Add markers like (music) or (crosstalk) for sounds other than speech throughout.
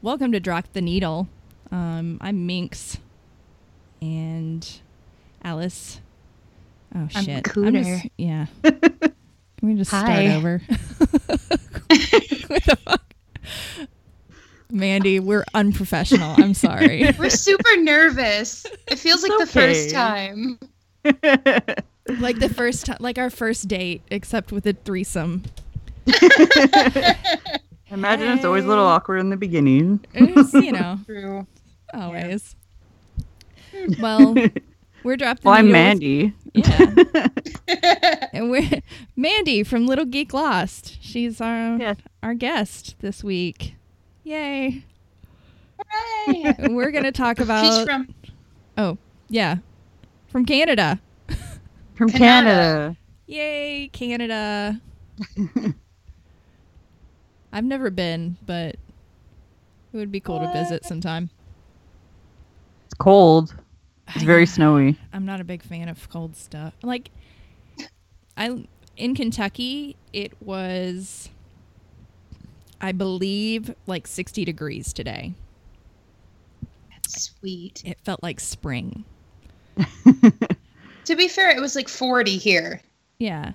Welcome to Drop the Needle. Um, I'm Minx, and Alice. Oh I'm shit! Cooter. just- (laughs) yeah. Can we just start Hi. over? what the fuck? Mandy, we're unprofessional. I'm (laughs) sorry. We're super nervous. It feels like the okay. first time. like the first time, like our first date, except with a threesome. (laughs) Imagine it's always a little awkward in the beginning. It's, Eh, (laughs) you know, True. always. Well, we're Drop the Hmm. Well, I'm Needle. with- Mandy. Yeah. and we're (laughs) Mandy from Little Geek Lost. She's our Yes. our guest this week. Yay. Hooray! And we're going to talk She's about from yeah. From Canada. (laughs) From Canada. Canada. Yay, Canada. I've never been, but it would be cool to visit sometime. It's cold. It's I- very snowy. I'm not a big fan of cold stuff. Like I in Kentucky, it was I believe like 60 degrees today. sweet. It felt like spring. To be fair, it was like 40 here Yeah.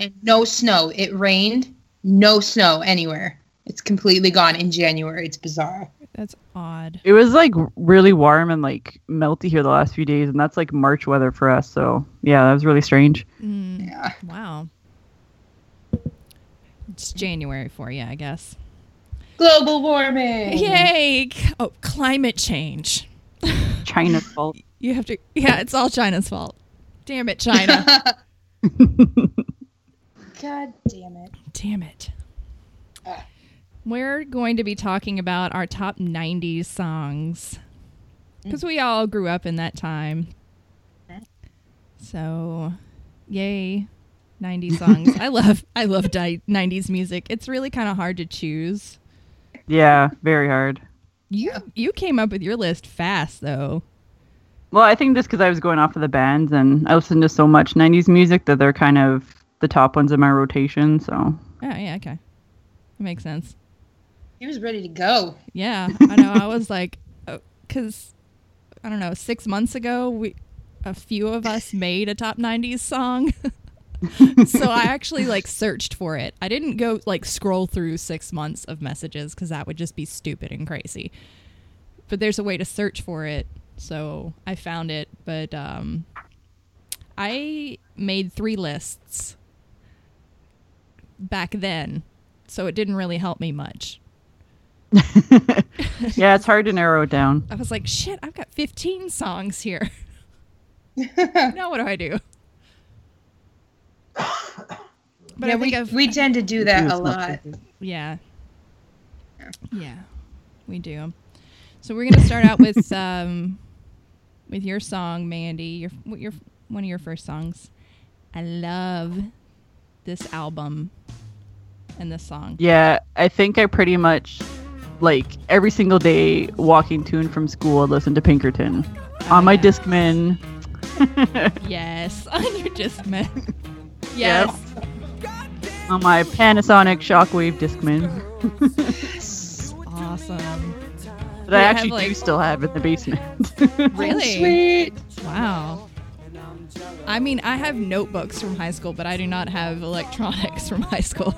and no snow. It rained, no snow anywhere. It's completely gone in January. It's bizarre. That's odd. It was like really warm and like melty here the last few days, and that's like March weather for us. So yeah, that was really strange. Mm, Yeah. wow. It's January for you, I guess. Global warming. Yay! Oh, climate change. China's fault. You have to. Yeah, it's all China's fault. Damn it, (laughs) China. God damn it. Damn it. Ah. We're going to be talking about our top 90s songs because we all grew up in that time. So, yay, 90s songs. I love I love di- 90s music. It's really kind of hard to choose. (laughs) Yeah, very hard. You you came up with your list fast though. Well, I think just because I was going off of the bands, and I listened to so much '90s music that they're kind of the top ones in my rotation. So (laughs) Oh, yeah, okay. That makes sense. He was ready to go. Yeah, I know. I was like, because I don't know, six months ago, we a few of us made a top '90s song, (laughs) so I actually like searched for it. I didn't go like scroll through six months of messages because that would just be stupid and crazy. But there's a way to search for it, so I found it. But um, I made three lists back then, so it didn't really help me much. yeah, it's hard to narrow it down. I was like, shit, I've got 15 songs (laughs) here. (laughs) now what do I do? But yeah, I think we, I've, we tend to do that It's a not lot. perfect. yeah. Yeah, we do. So we're going to start out (laughs) with um, with your song, Mandy, your, what your one of your first songs. I love this album and this song. Yeah, I think I pretty much like every single day walking to and from school, I listen to Pinkerton on my yeah. Discman. Yes, (laughs) on your Discman. yes. on my Panasonic Shockwave Discman Awesome. that Yeah, I I have, actually do like- still have in the basement. (laughs) Really? Sweet. Wow. I mean, I have notebooks from high school, but I do not have electronics (laughs) from high school.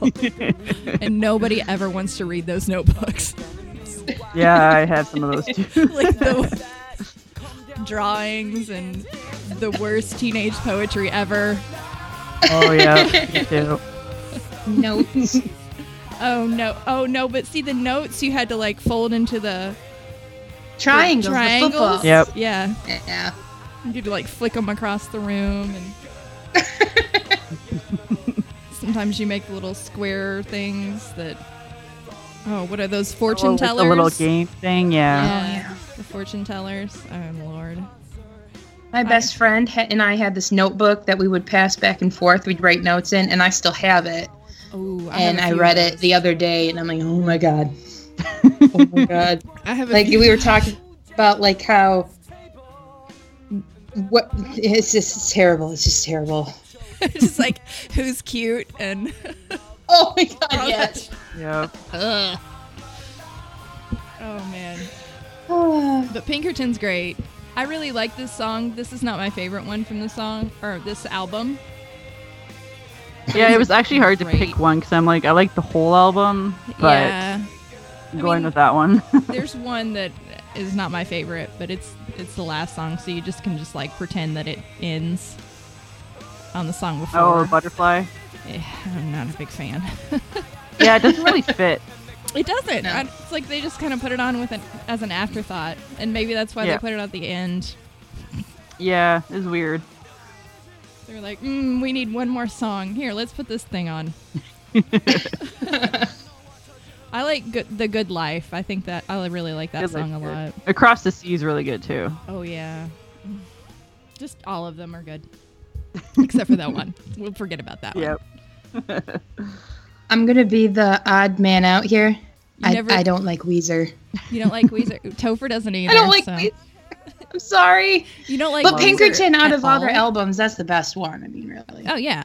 and nobody ever wants to read those notebooks. (laughs) yeah, I have some of those too. like the (laughs) drawings and the worst teenage poetry ever. (laughs) oh yeah, (laughs) me too. Notes. Oh no. Oh no, but see the notes you had to like fold into the Triangles. the triangles. football. Yep. Yeah. Yeah. You could like flick them across the room and sometimes you make little square things that oh what are those fortune Oh, with tellers The little game thing, yeah. yeah, Oh, yeah. the fortune tellers oh lord My best friend ha- and I had this notebook that we would pass back and forth. We'd write notes in, and I still have it. oh and I read it the other day, and I'm like, oh (laughs) my god, oh my god. i have a Like few- we were talking about like how what it's just it's terrible. It's just terrible. (laughs) (laughs) just like who's cute and (laughs) Oh my god, all (sighs) yes. that. Yep. Ugh. oh Oh man. Oh, But Pinkerton's great. I really like this song. This is not my favorite one from the song or this album. Yeah, it was actually hard to Great. pick one because I'm like, I like the whole album, but yeah. going mean- with that one. (laughs) There's one that is not my favorite, but it's it's the last song, so you just can just like pretend that it ends on the song before. oh, Butterfly. Eh, I'm not a big fan. (laughs) Yeah, it doesn't really fit. It doesn't. No. I- It's like they just kind of put it on with an as an afterthought, and maybe that's why Yeah. they put it at the end. Yeah, it's weird. They're like, mm, we need one more song. Here, let's put this thing (laughs) on. (laughs) I like good, the Good Life. I think that I really like that Good Life song a is good. lot. Across the Sea is really good too. Oh yeah, (laughs) just all of them are (laughs) good, except for that one. We'll forget about that one. Yep. I'm gonna be the odd man out here. I, never- I don't like Weezer. You don't like (laughs) Weezer. Topher doesn't either. I don't like so- Weezer. I'm sorry. You don't like. But Weezer Pinkerton, at out of all their all? albums, that's the best one. I mean, really. Oh yeah,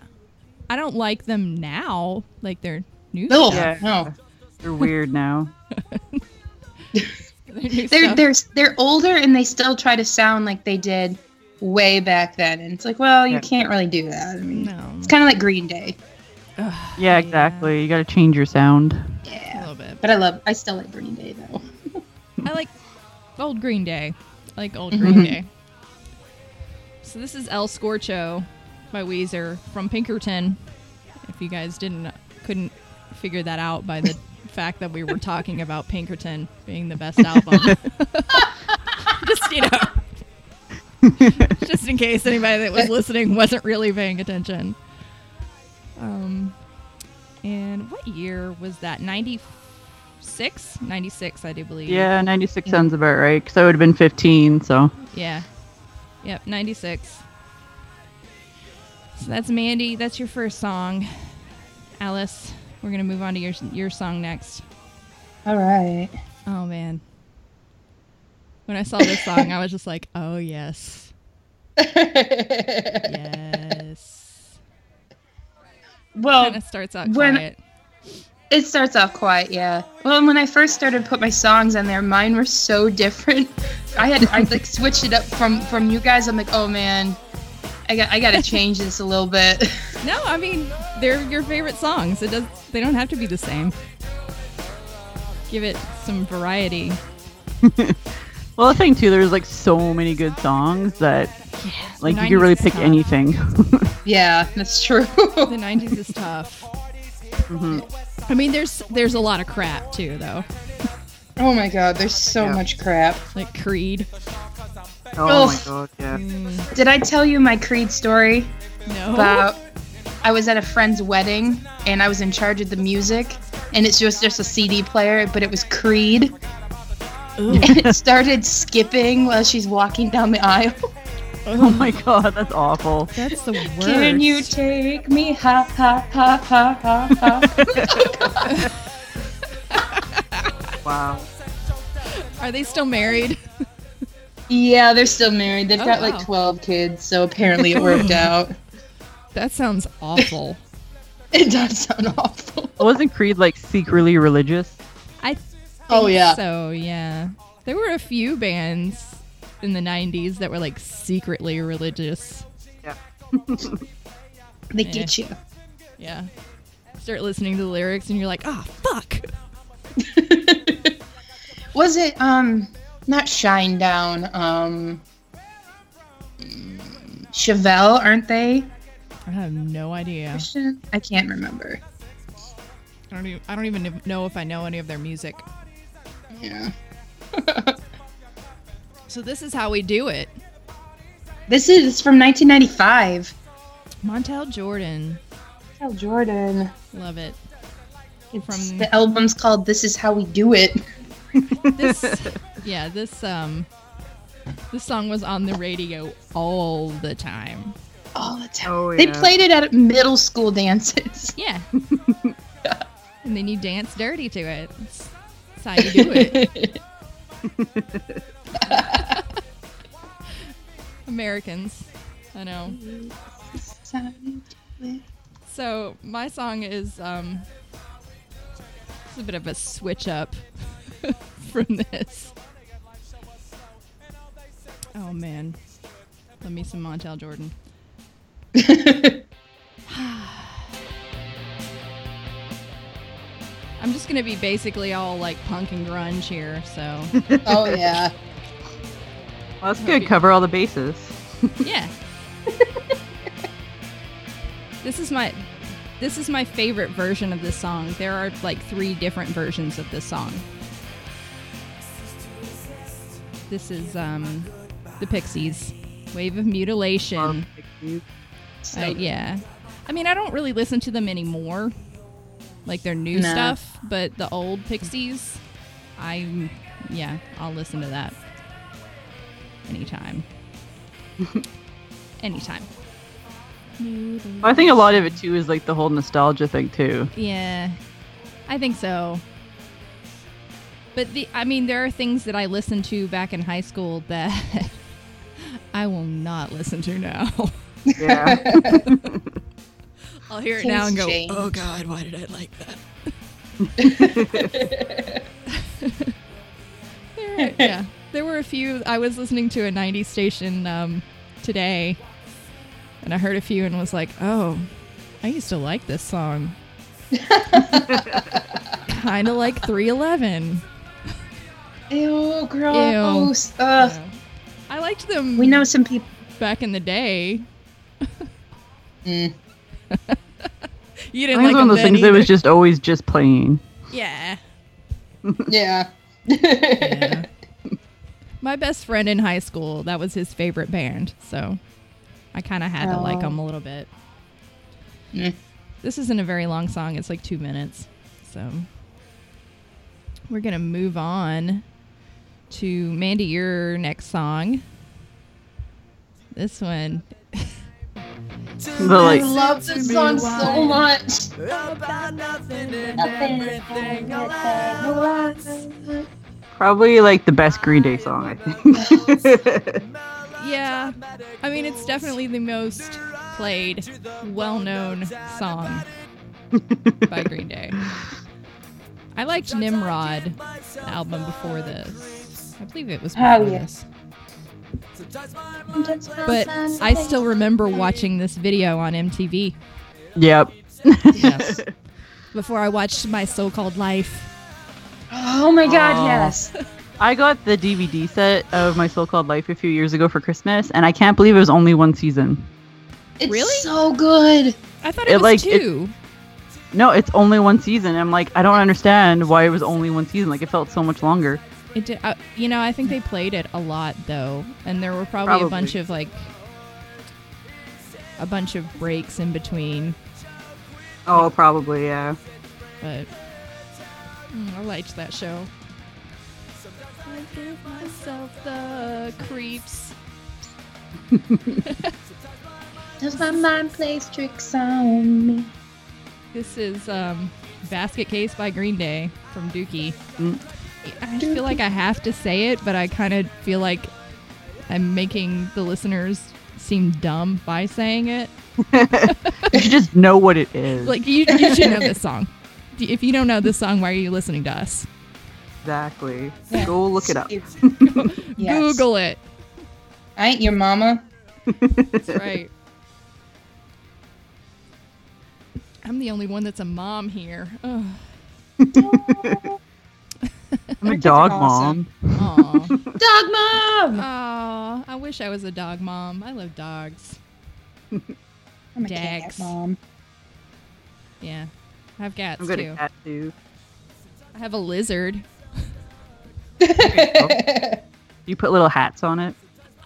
I don't like them now. Like their new. Ugh, Yeah. no. They're weird now. (laughs) their new They're stuff. they're they're older and they still try to sound like they did way back then. And it's like, well, you Yeah. can't really do that. I mean, No. it's kind of like Green Day. Ugh, (laughs) Yeah, exactly. You got to change your sound. A Yeah. little bit. But I love. I still like Green Day though. I like old Green Day. I like old Mhm. Green Day. So this is El Scorcho by Weezer from Pinkerton. If you guys didn't couldn't figure that out by the fact that we were talking about Pinkerton being the best album. (laughs) just you know. just in case anybody that was listening wasn't really paying attention. Um and what year was that? 96? 96, I do believe. Yeah, 96 sounds about right because I would have been 15. So Yeah. Yep, 96. So that's Mandy. That's your first song. Alice, we're going to move on to your your song next. All (laughs) right. Oh man. When I saw (laughs) this song, I was just like, "Oh yes. Yes." well, kind of starts out when- quiet. It starts off quiet, yeah. Well, and when I first started to put my songs on there, mine were so different. (laughs) I had I like switched it up from from you guys. I'm like, oh man, I got I got to change this a little bit. (laughs) No, I mean, they're your favorite songs. It does they don't have to be the same. Give it some variety. Well, the thing too, there's like so many good songs that like you 90s could really is pick tough. anything. (laughs) (laughs) yeah, that's true. (laughs) The 90s is tough. Mm-hmm. Mhm. I mean, there's there's a lot of crap too though. oh my god, there's so Yeah. much crap. Like Creed. Oh my Oof. god, (laughs) yeah. Mm, Did I tell you my Creed story no. about? I was at a friend's wedding and I was in charge of the music, and it's just just a CD player, but it was Creed, Ooh. and it started skipping while she's walking down the aisle. Oh my god, that's awful. That's the worst. Can you take me? Ha ha ha ha ha (laughs) ha. Wow. Are they still married? yeah, they're still married. They've Oh, got wow. like 12 kids, so apparently it (laughs) worked out. That sounds awful. It does sound awful. Wasn't Creed like secretly religious? (laughs) I think Oh, yeah. So yeah, there were a few bands in the '90s that were like secretly religious. They get you. Yeah. Start listening to the lyrics and you're like, ah, fuck. (laughs) Was it, um, not Shine Down, um, mm, Chevelle, aren't they? I have no idea. Christian? I can't remember. I don't even. I don't even know if I know any of their music. Yeah. So this is how we do it. This is from 1995. Montel Jordan, Tell Jordan. love it. It's, From- the album's called This Is How We Do It. this yeah this um this song was on the radio all the time all the time. Oh, They yeah. played it at middle school dances. (laughs) yeah and then you dance dirty to it that's, that's how you do it (laughs) americans i know so my song is um it's a bit of a switch up (laughs) from this. Oh man, let me some Montel Jordan. I'm just gonna be basically all like punk and grunge here, so oh yeah. Well, that's good. Cover all the bases. (laughs) yeah. this is my this is my favorite version of this song. There are like three different versions of this song. This is um the Pixies, Wave of Mutilation. So, Uh, yeah. I mean, I don't really listen to them anymore, like their new No. stuff, but the old Pixies, I, yeah, I'll listen to that anytime. anytime. I think a lot of it too is like the whole nostalgia (laughs) thing too. Yeah, I think so. But the, I mean, there are things that I listened to back in high school that (laughs) I will not listen to now. (laughs) Yeah. I'll hear it Things now and go, change. oh God, why did I like that? (laughs) There are- yeah, there were a few. I was listening to a 90s station um, today, and I heard a few and was like, oh, I used to like this (laughs) song. kind of like 311. Ew, gross. Ugh. Yeah. I liked them We know some people. back in the day. Mm. (laughs) You I didn't think like it's one them of those then things that was either. just always just playing. yeah. Yeah. (laughs) Yeah. My best friend in high school, that was his favorite band, so I kind of had to like Oh. them a little bit. Mm. This isn't a very long song; it's like two minutes, so we're gonna move on to Mandy. Your next song. This one, The like I love this song so much. About nothing and Nothing. everything all at once. probably like the best Green Day song. I think. (laughs) yeah. I mean, it's definitely the most played, well-known song by Green Day. I liked Nimrod, the album before this. I believe it was before Oh, yeah. this. But I still remember watching this video on MTV. yep. (laughs) Yes. (laughs) before I watched My So-Called Life. Oh my god, Aw. yes. I got the DVD set of My So-Called Life a few years ago for Christmas, and I can't believe it was only one season. It's Really? so good. I thought it, It, was like, it- two. No, it's only one season. I'm like, I don't understand why it was only one season. Like, it felt so much longer. It, did, I, you know, I think they played it a lot though, and there were probably, a Probably. bunch of like a bunch of breaks in between. Oh, probably, yeah. But mm, I liked that show. I give myself the creeps. Does my mind plays tricks on me? This is um, Basket Case by Green Day from Dookie. Mm. I feel like I have to say it, but I kind of feel like I'm making the listeners seem dumb by saying it. You should just know what it is. (laughs) Like, you, you should know this song. D- If you don't know this song, why are you listening to us? exactly. Go look it up. (laughs) Yes. Google it. I ain't your mama. (laughs) That's right. (laughs) I'm the only one that's a mom here. (laughs) Ugh. I'm a kids are dog awesome. mom. Aw. Dog mom. Aw, I wish I was a dog mom. I love dogs. I'm a Dags. cat mom. Yeah. I have cats I'm good too. at cat too. I have a lizard. (laughs) You put little hats on it.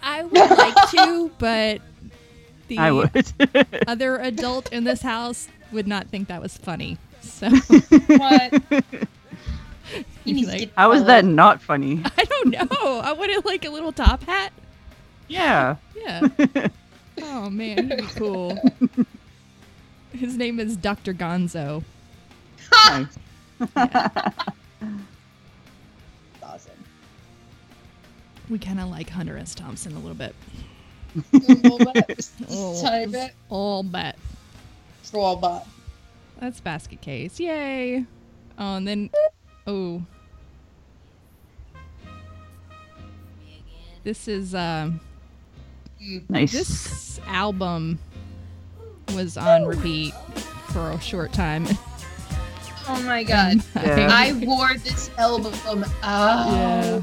I would (laughs) like to, but the I would. (laughs) other adult in this house would not think that was funny. So (laughs) What? He's You need to like, get (laughs) How is that followed. (laughs) not funny? I don't know. I wanted like a little top hat. Yeah. Yeah. Oh man, (laughs) he'd be cool. His name is Dr. Gonzo. Nice. Awesome. We kind of like Hunter S. Thompson a little bit. Oh, Just Type it. All but Robot. that's basket case. Yay! Oh, and then oh, This is um, Nice. this album was on repeat for a short time. (laughs) Oh my god. Yeah. I wore this album out. Yeah.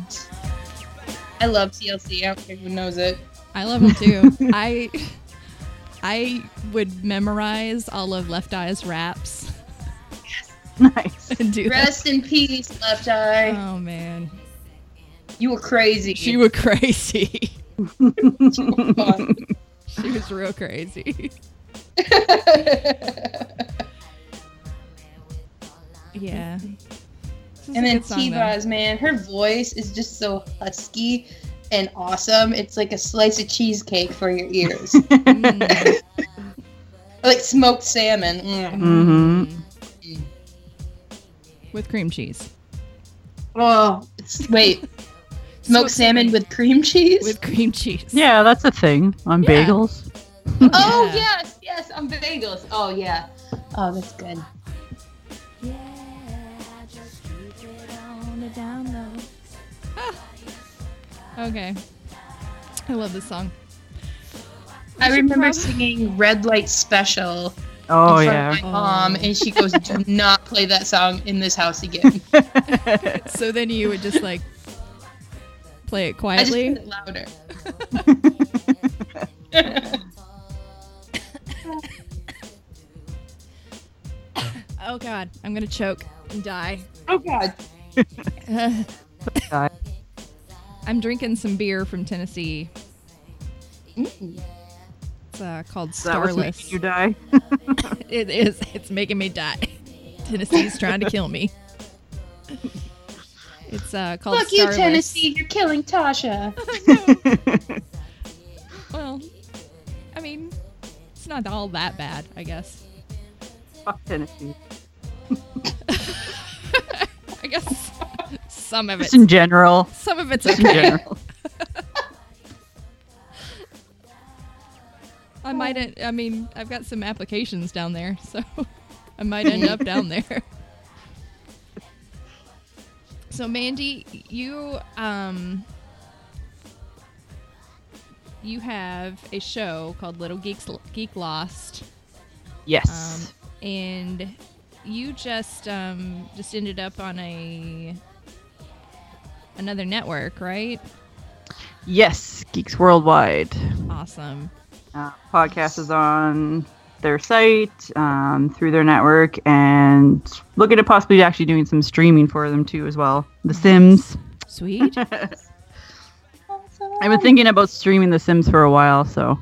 I love TLC. I don't care who knows it. I love them (laughs) too. I I would memorize all of Left Eye's raps (laughs) (laughs) nice. and do that. Rest in peace, Left Eye. Oh man, You were crazy. she was crazy. (laughs) Fun. she was real crazy. Yeah. This is a and then good song, though. T Boz, man, her voice is just so husky and awesome. It's like a slice of cheesecake for your (laughs) ears. (laughs) Mm. like smoked salmon. Mm. Mhm. Mm-hmm. With cream cheese. Oh, it's, (laughs) wait, smoked So- salmon with cream cheese? with cream cheese. Yeah, that's a thing on Yeah. bagels. (laughs) oh, Yeah. yes, yes, on bagels. Oh, yeah. Oh, that's good. Okay. I love this song. I should remember prob- singing Red Light Special Oh in front yeah. of (laughs) my mom, and she goes, Do not play that song in this house again. So then you would just like play it I just quietly. played it louder. oh god, I'm gonna choke and die. oh, God. Die. I'm drinking some beer from Tennessee. It's uh, called Mm. Is that what's making Starless. you die? (laughs) It is. It's making me die. (laughs) Tennessee's trying to kill me. It's uh, called Fuck you, Starless. (laughs) Tennessee. You're killing Tasha. Well, I mean, it's not all that bad, I guess. Fuck Tennessee. I guess (laughs) some of it, Just in general. some of it's In okay. general. I might. en- I mean, I've got some applications down there, so (laughs) I might end up down there. So, Mandy, you um, you have a show called Little Geeks Geek Lost. um, (laughs) Yes. and you just um, just ended up on a another network, right? yes. Geeks Worldwide. Awesome. Uh, podcast is on their site um, through their network and looking at possibly actually doing some streaming for them too as well the sims Sweet. i've been thinking about streaming the sims for a while so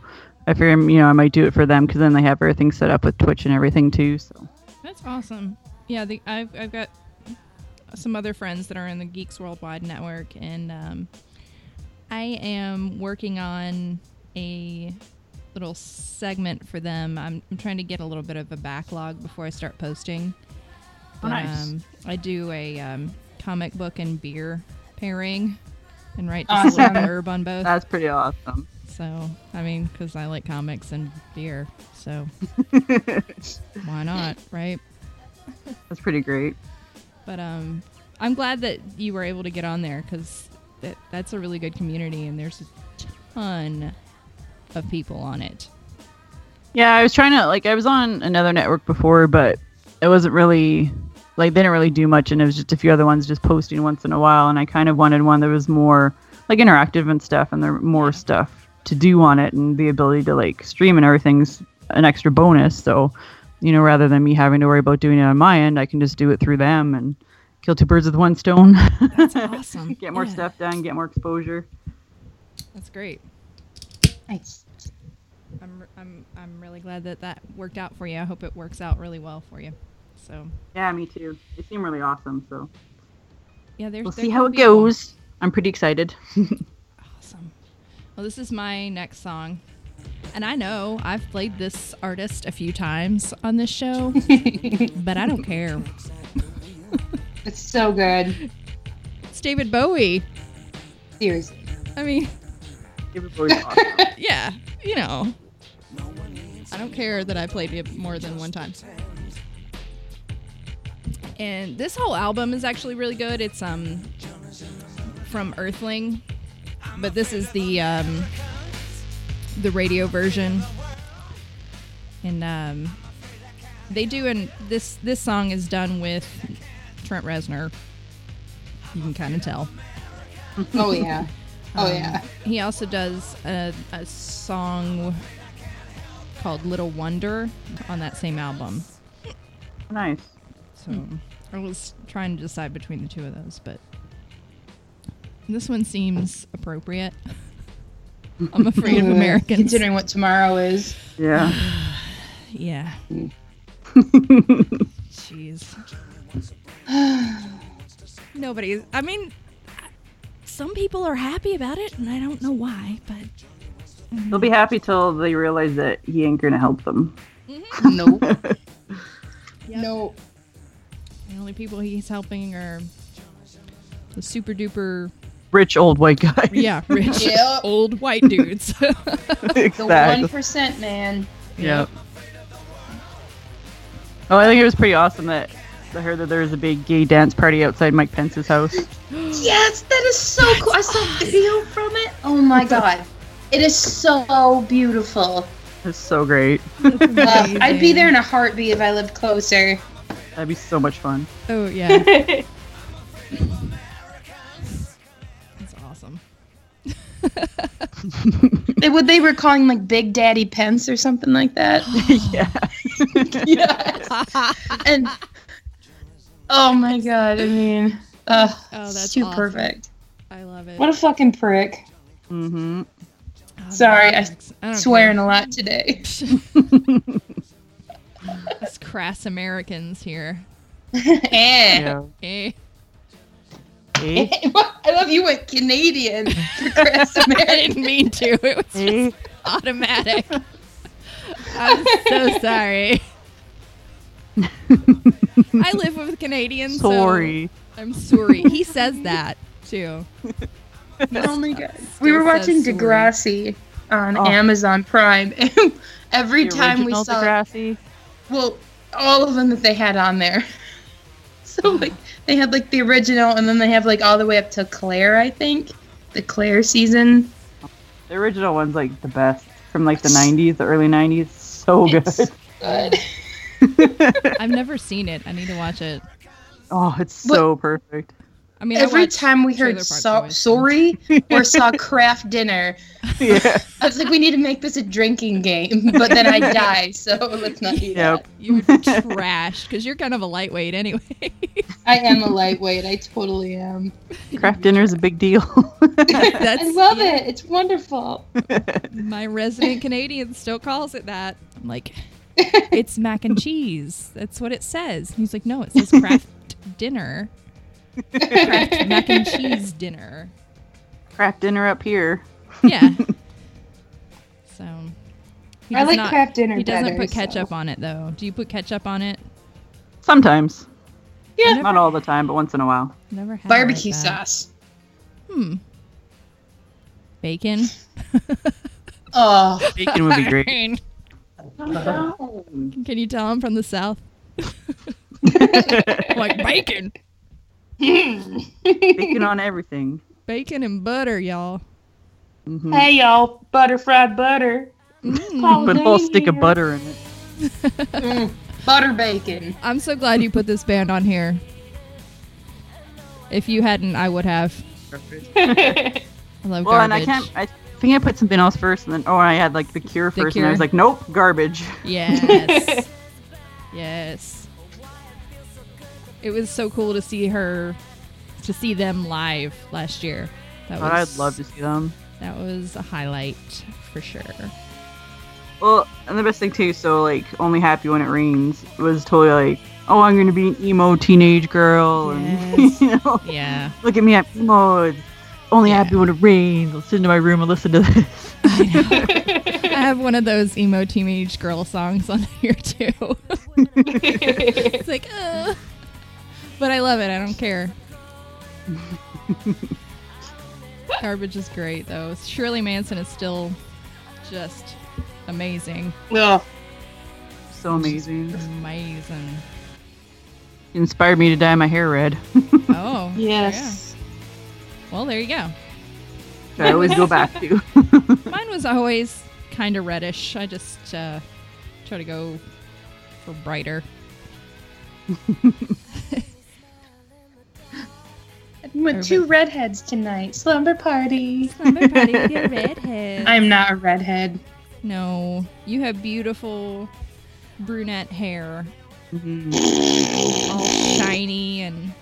i figure you know i might do it for them because then they have everything set up with twitch and everything too so That's awesome. Yeah, the, I've I've got some other friends that are in the Geeks Worldwide network, and um, I am working on a little segment for them. I'm, I'm trying to get a little bit of a backlog before I start posting. Oh, nice. um, I do a um, comic book and beer pairing, and write just a Awesome. little blurb on both. (laughs) that's pretty awesome So, I mean, because I like comics and beer, (laughs) so why not, right? that's pretty great But um, I'm glad that you were able to get on there because that, that's a really good community, and there's a ton of people on it. Yeah, I was trying to like I was on another network before, but it wasn't really like they didn't really do much, and it was just a few other ones just posting once in a while. And I kind of wanted one that was more like interactive and stuff, and there were more stuff to do on it, and the ability to like stream and everything's an extra bonus. So, you know, rather than me having to worry about doing it on my end, I can just do it through them and kill two birds with one stone. (laughs) That's awesome. get more Yeah, stuff done, get more exposure. That's great. Nice. I'm, I'm, I'm really glad that that worked out for you. I hope it works out really well for you. So Yeah, me too. They seem really awesome, so yeah, there's. we'll there see can how it be people. goes. I'm pretty excited. Awesome. Well, this is my next song. And I know I've played this artist a few times on this (laughs) show, but I don't care. It's so good. It's David Bowie. Seriously. I mean, Everybody's awesome. yeah, you know. I don't care that I played it more than one time. And this whole album is actually really good. It's um from Earthling. but this is the um, the radio version, and um, they do. And this this song is done with Trent Reznor. You can kind of tell. Oh yeah. Oh Um, yeah. He also does a, a song called "Little Wonder" on that same album. (laughs) Nice. So I was trying to decide between the two of those, but this one seems (laughs) appropriate. I'm afraid of Uh, Americans. Considering what tomorrow (laughs) is. Yeah. (laughs) Yeah. (sighs) Jeez. Nobody's. I mean, some people are happy about it, and I don't know why, but They'll be happy till they realize that he ain't gonna help them. Nope. Yep. Nope. the only people he's helping are the super (laughs) duper, Rich old white (laughs) guy. yeah, rich Yep. old white (laughs) dudes. (laughs) The exactly. one percent man. Yep. Oh, I think it was pretty awesome that I heard that there was a big gay dance party outside Mike Pence's house. Yes, that is so cool. I saw a video from it. Oh my god. It is so beautiful. It's so great. Uh, I'd be Amazing. there in a heartbeat if I lived closer. That'd be so much fun. (laughs) Oh yeah. That's awesome. They- What they were calling like Big Daddy Pence or something like that. yeah. (laughs) yes. And oh my god, I mean, uh, Oh, that's too awesome. perfect. I love it. What a fucking prick. Mm-hmm. Oh, sorry, I Max. I don't Swearing a lot (laughs) today. care. Us crass Americans here. Eh. Yeah. Eh. Eh? (laughs) I love you went Canadian. (laughs) (laughs) Progress I American. didn't mean to. It was just Eh? automatic. I'm so sorry. I live with Canadians. so Sorry. I'm sorry. He says that too. Oh my god. Still We were watching says sorry. Degrassi on Oh. Amazon Prime, and every The time we original saw Degrassi. well, all of them that they had on there. (laughs) So like they had like the original, and then they have like all the way up to Claire, I think, the Claire season. The original one's like the best from like the 90s, the early 90s. So It's good. (laughs) good. I've never seen it. I need to watch it. Oh, it's so (laughs) perfect. I mean, I Every watched time we heard Trailer Park so- Boys. (laughs) sorry or saw craft dinner, Yeah. I was like, we need to make this a drinking game. (laughs) But then I die, so let's not do Yep. that. you were trash because you're kind of a lightweight anyway. (laughs) I am a lightweight. I totally am. Craft dinner's a big deal. (laughs) That's, I love yeah. it. It's wonderful. My resident Canadian still calls it that. I'm (laughs) like, it's mac and cheese. That's what it says. And he's like, no, it says craft dinner. Craft mac and cheese dinner. Craft dinner up here. Yeah. So. he I does like not- craft dinner. He doesn't better, put so- ketchup on it though. Do you put ketchup on it? Sometimes. Yeah. Never- Not all the time, but once in a while. Never had it like Barbecue that. sauce. Hmm. (laughs) Bacon. Oh, (laughs) Bacon (laughs) would be great. Fine. (laughs) Can you tell I'm from the south? like bacon, Bacon on everything. bacon and butter, y'all. hmm Hey y'all, butter fried butter. Put a whole stick of butter in it. (laughs) butter bacon. I'm so glad you put this band on here. If you hadn't, I would have. (laughs) I love Well, and I garbage. can't. I think I put something else first, and then oh, I had like the cure The first, and I was Cure. like, nope, garbage. (laughs) Yes. yes. It was so cool to see her, to see them live last year. That But Oh, I'd was love to see them. that was a highlight for sure. Well, and the best thing too, so like, only happy when it rains was totally like, oh, I'm gonna be an emo teenage girl, Yes. and (laughs) you know, Yeah. look at me, I'm emo. It's only Yeah. happy when it rains. I'll sit in my room and listen to this. I have one of those emo teenage girl songs on (laughs) here too. it's like, uh, but I love it. I don't care. Garbage is great though. Shirley Manson is still just amazing, Oh, so amazing. amazing. Inspired me to dye my hair red. Oh, yes. yeah. Well, there you go. which I always go back to. Mine was always kind of reddish. I just uh, try to go for brighter. With two redheads tonight. Slumber party. I'm not a redhead. (laughs) No, you have beautiful brunette hair, Mm, all shiny and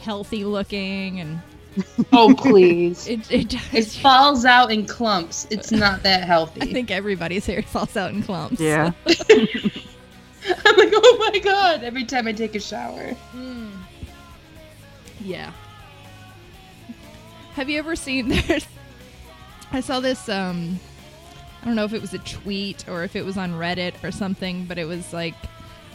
healthy looking, and Oh, please. (laughs) it it does. It falls out in clumps. It's not that healthy. I think everybody's hair falls out in clumps. yeah. (laughs) I'm like, oh my god, every time I take a shower. Mm. Yeah. Have you ever seen (laughs) there's I saw this um I don't know if it was a tweet or if it was on Reddit or something, but it was like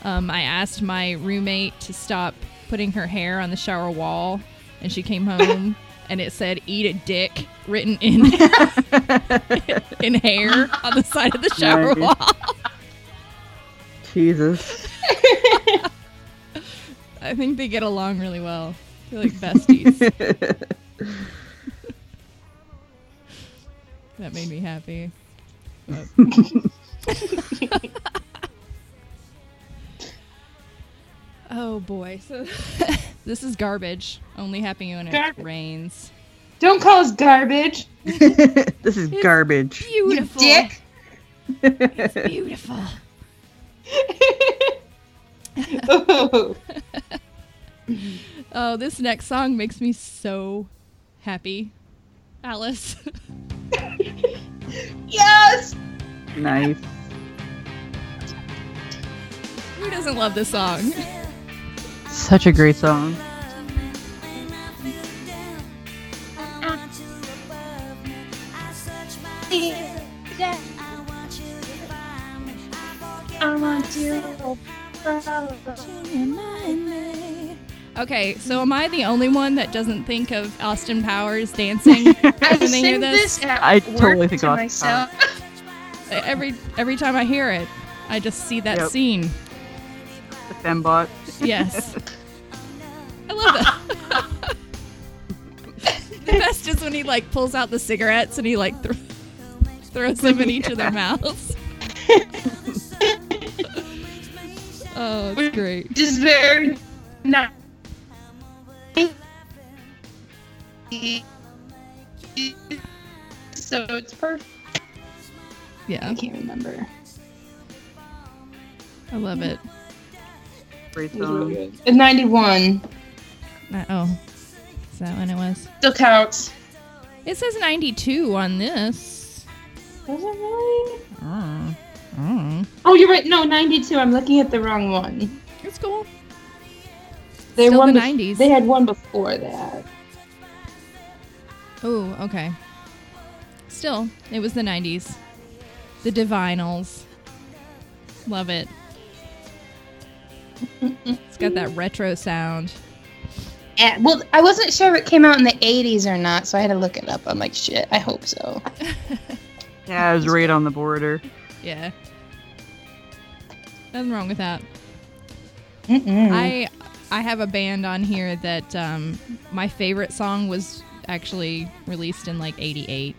um, I asked my roommate to stop putting her hair on the shower wall and she came home and it said eat a dick written in (laughs) in hair on the side of the shower Nice. wall. Jesus. I think they get along really well. They're like besties. That made me happy. But- (laughs) oh boy. So (laughs) this is garbage. Only happy when it Garbage. rains. Don't call us garbage. this is It's (laughs) garbage. Beautiful. You (laughs) dick. (laughs) Beautiful. Ooh. Oh, this next song makes me so happy. Alice. (laughs) Yes. (laughs) nice. Who doesn't love this song? Such a great song. I want you. Okay, so am I the only one that doesn't think of Austin Powers (laughs) dancing? I Can they hear sing this? this at I work totally think to I'll- myself. every every time I hear it, I just see that Yep. scene. The fembot. Yes. I love that. (laughs) the best is when he like pulls out the cigarettes and he like thr throws them in each of (laughs) their mouths. oh, it's great. Just very not. So it's perfect. Yeah, I can't remember. I love it. Great It was really song. good. In 91 Uh, oh, is that when it was? still counts. It says 92 on this. Was it really? Mm. Mm. Oh, you're right. No, 92. I'm looking at the wrong one. It's cool. They Still won the bef- 90s. They had one before that. Oh, okay. Still, it was the 90s. The Divinals. Love it. It's got that retro sound. Eh, well, I wasn't sure if it came out in the 80s or not, so I had to look it up. I'm like, shit, I hope so. Yeah, it was right on the border. Yeah. Nothing wrong with that. Mm-mm. I I have a band on here that um, my favorite song was actually released in like 88.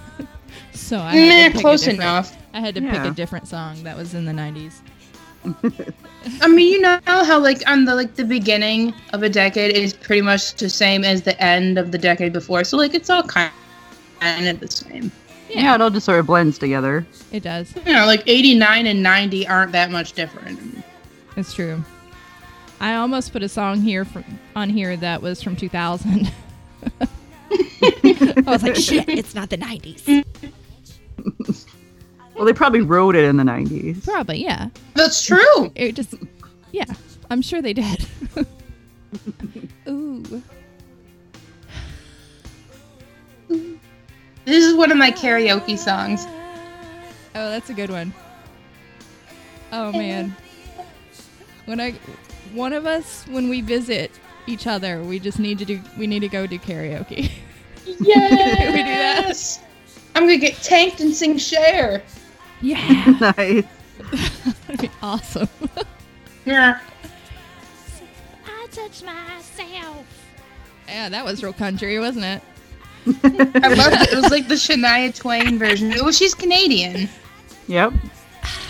(laughs) so I Meh, had to pick a close different- enough. I had to pick Yeah. a different song that was in the 90s. I mean, you know how like on the like the beginning of a decade is pretty much the same as the end of the decade before, so like it's all kind of the same. Yeah. Yeah. it all just sort of blends together. It does. You know, like 89 and 90 aren't that much different. It's true. I almost put a song here from on here that was from 2000. I was like, shit, it's not the 90s. Well, they probably wrote it in the 90s. (laughs) Probably, yeah. That's true. It just, yeah. I'm sure they did. (laughs) Ooh, This is one of my karaoke songs. (laughs) oh, that's a good one. Oh man, when I, one of us when we visit each other, we just need to do, we need to go do karaoke. (laughs) Yes. we do that? I'm gonna get tanked and sing share. Yeah, (laughs) nice. (laughs) that'd be awesome. (laughs) Yeah. I touch myself. Yeah, that was real country, wasn't it? I loved it. It was like the Shania Twain version. Well, she's Canadian Yep.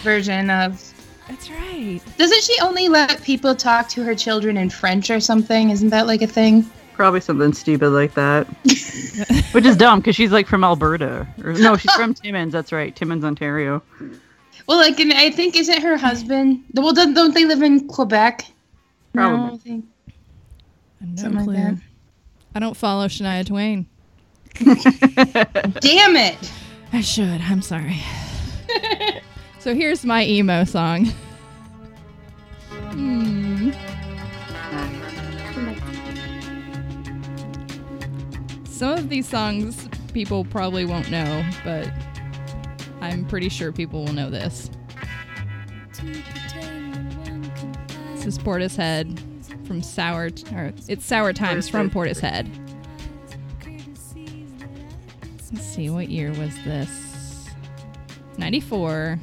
version of. That's right. Doesn't she only let people talk to her children in French or something? Isn't that like a thing? Probably something stupid like that. Which is dumb because she's like from Alberta. Or, no, she's from Timmins. That's right. Timmins, Ontario. (laughs) Well, like, and I think isn't her husband? Well, don't, don't they live in Quebec? No, Probably. I think- I have No Something like clue. that. I don't follow Shania Twain. Damn it! I should. I'm sorry. (laughs) so here's my emo song. Hmm. Some of these songs people probably won't know, but I'm pretty sure people will know this. This is Portishead from Sour, or it's Sour Times from Portishead. Let's see, what year was this? 94.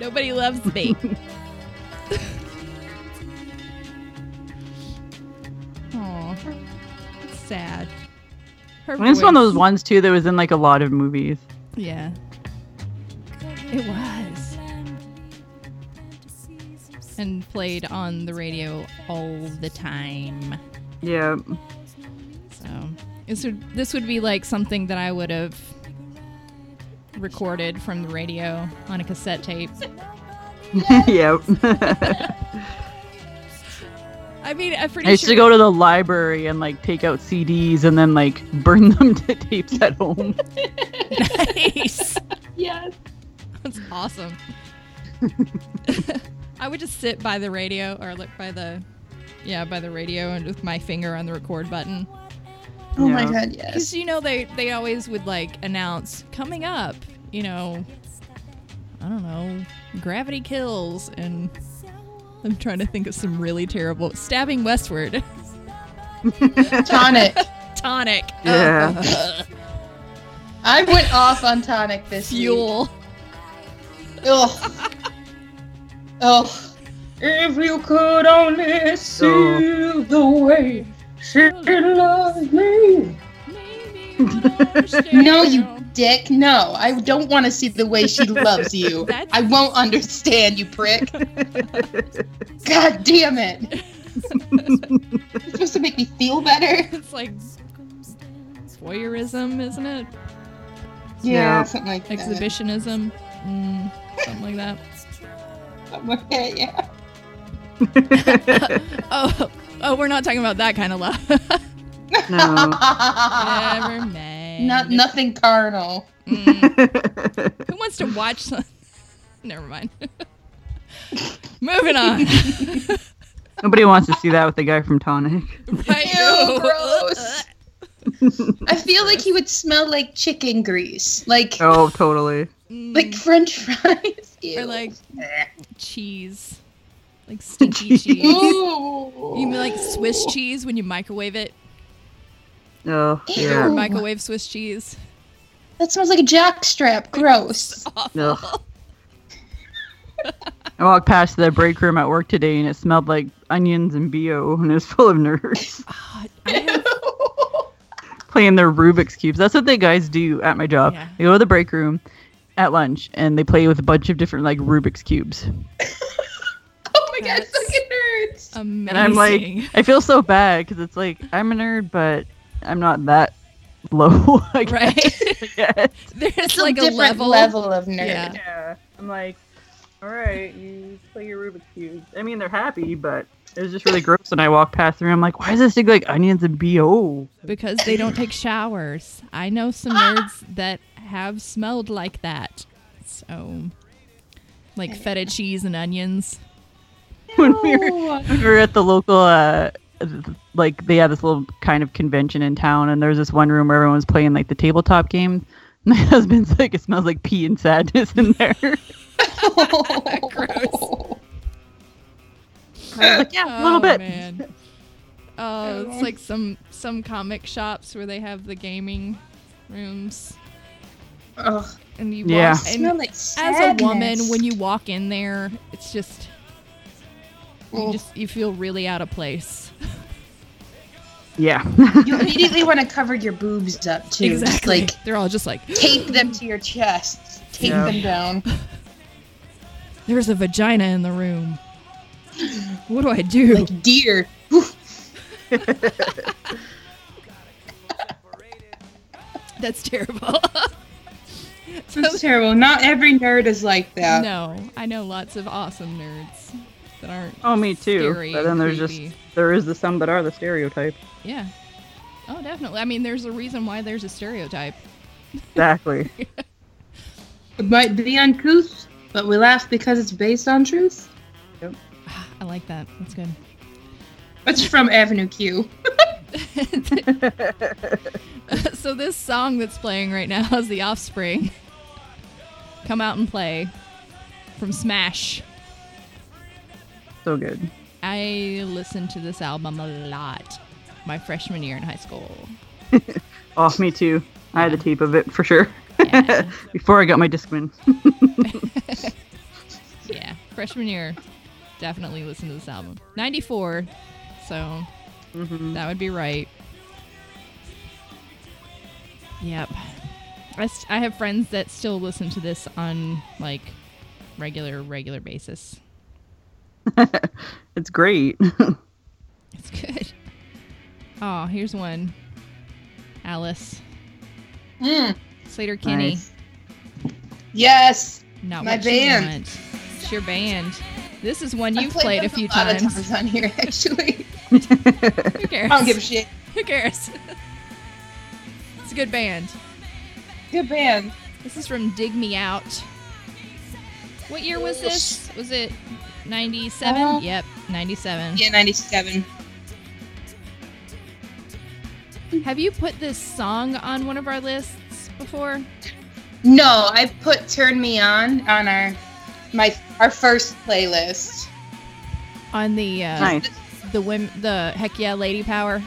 Nobody loves me. Aw, it's sad. Her And it's one of voice- those ones too that was in like a lot of movies. Yeah. It was. And played on the radio all the time. Yeah. So this would this would be like something that I would have recorded from the radio on a cassette tape. (laughs) yep. (laughs) I mean, I'm pretty I used sure to go to the library and like take out CDs and then like burn them (laughs) to tapes at home. (laughs) nice. Yes. That's awesome. (laughs) I would just sit by the radio or look by the yeah, by the radio and with my finger on the record button. Oh my Yeah. god, Because yes. you know they they always would like announce coming up, you know, I don't know, Gravity Kills, and I'm trying to think of some really terrible Stabbing Westward, (laughs) Tonic. Tonic, Yeah. Ugh. I went off on tonic this (laughs) week. Fuel. Ugh. Ugh. If you could only see the way she loves me. (laughs) (laughs) No, you dick. No, I don't want to see the (laughs) way she loves you. That's- I won't understand, you prick. (laughs) God damn it. It's supposed to make me feel better. It's like voyeurism, isn't it? Yeah. something like that. (laughs) Exhibitionism, mm, something like that. Something like that, yeah. (laughs) (laughs) Oh, oh, we're not talking about that kind of love. no. Never mind. Not nothing carnal. Mm. Who wants to watch some? (laughs) Never mind. (laughs) Moving (laughs) on. Nobody wants to see that with the guy from Tonic. Right, no. (laughs) Ew, gross. I feel like he would smell like chicken grease, like Oh, totally. Mm, like French fries. (laughs) or Ew. like cheese, like (laughs) stinky Cheese. cheese. (laughs) You Ooh. mean like Swiss cheese when you microwave it? Oh, Or yeah. Ew. microwave Swiss cheese. That smells like a jockstrap. (laughs) Gross. Ugh. I walked past the break room at work today and it smelled like onions and BO and it was full of nerds (laughs) God, Oh, Oh I have- playing their Rubik's Cubes. That's what the guys do at my job. Yeah. They go to the break room at lunch and they play with a bunch of different like Rubik's Cubes. Oh my god, That's- fucking nerds. amazing. And I'm (laughs) like, I feel so bad because it's like, I'm a nerd, but I'm not that low, (laughs) I guess. right? (laughs) There's It's like a a different level. level. of nerd. Yeah. Yeah. I'm like, all right, you play your Rubik's Cube. I mean, they're happy, but it was just really gross. And I walked past the room, like, why does this thing like onions and BO? because they don't take showers. I know some nerds that have smelled like that. So, like feta cheese and onions. (laughs) When we were- we were at the local uh like they had this little kind of convention in town and there was this one room where everyone was playing like the tabletop games (laughs) my husband's like it smells like pee and sadness in there (laughs) I was (laughs) (laughs) Gross. like, yeah a little oh, bit Man. Oh, it's like some some comic shops where they have the gaming rooms. Ugh. and you Yeah. walk, I and smell like as a woman sadness. when you walk in there it's just you Ugh. just you feel really out of place Yeah. (laughs) you immediately want to cover your boobs up too. Just, exactly like they're all just like tape them to your chest. Tape Yeah. them down. there's a vagina in the room what do i do (laughs) Like deer. that's terrible (laughs) That's terrible. Not every nerd is like that. no i know lots of awesome nerds that aren't oh, me too. Scary But and then there's creepy. just there is the some that are the stereotype. yeah oh definitely i mean there's a reason why there's a stereotype (laughs) Exactly. It might be uncouth, but we laugh because it's based on truth. i like that that's good (laughs) That's from Avenue Q. (laughs) so this song that's playing right now is the offspring come out and play from smash so good. i listened to this album a lot my freshman year in high school Off me too. I had the tape of it for sure. Yeah. (laughs) Before I got my Discman. yeah freshman year definitely listen to this album 94 so Mhm. that would be right yep I, s- I have friends that still listen to this on like regular regular basis (laughs) It's great. It's good. Oh, here's one. Alice. Hmm. Mm, Slater Kinney. (laughs) Nice. yes. Not My what band. You want. It's your band. This is one you've I've played a this few lot of times. on (laughs) here, actually. Who cares? I don't give a shit. Who cares? (laughs) it's a good band. Good band. This is from Dig Me Out. What year was this? Was it 97? Uh, yep, 97. Yeah, 97. Have you put this song on one of our lists before? No, I put Turn Me On on our my our first playlist. On the uh, nice. the women, the heck yeah, lady power.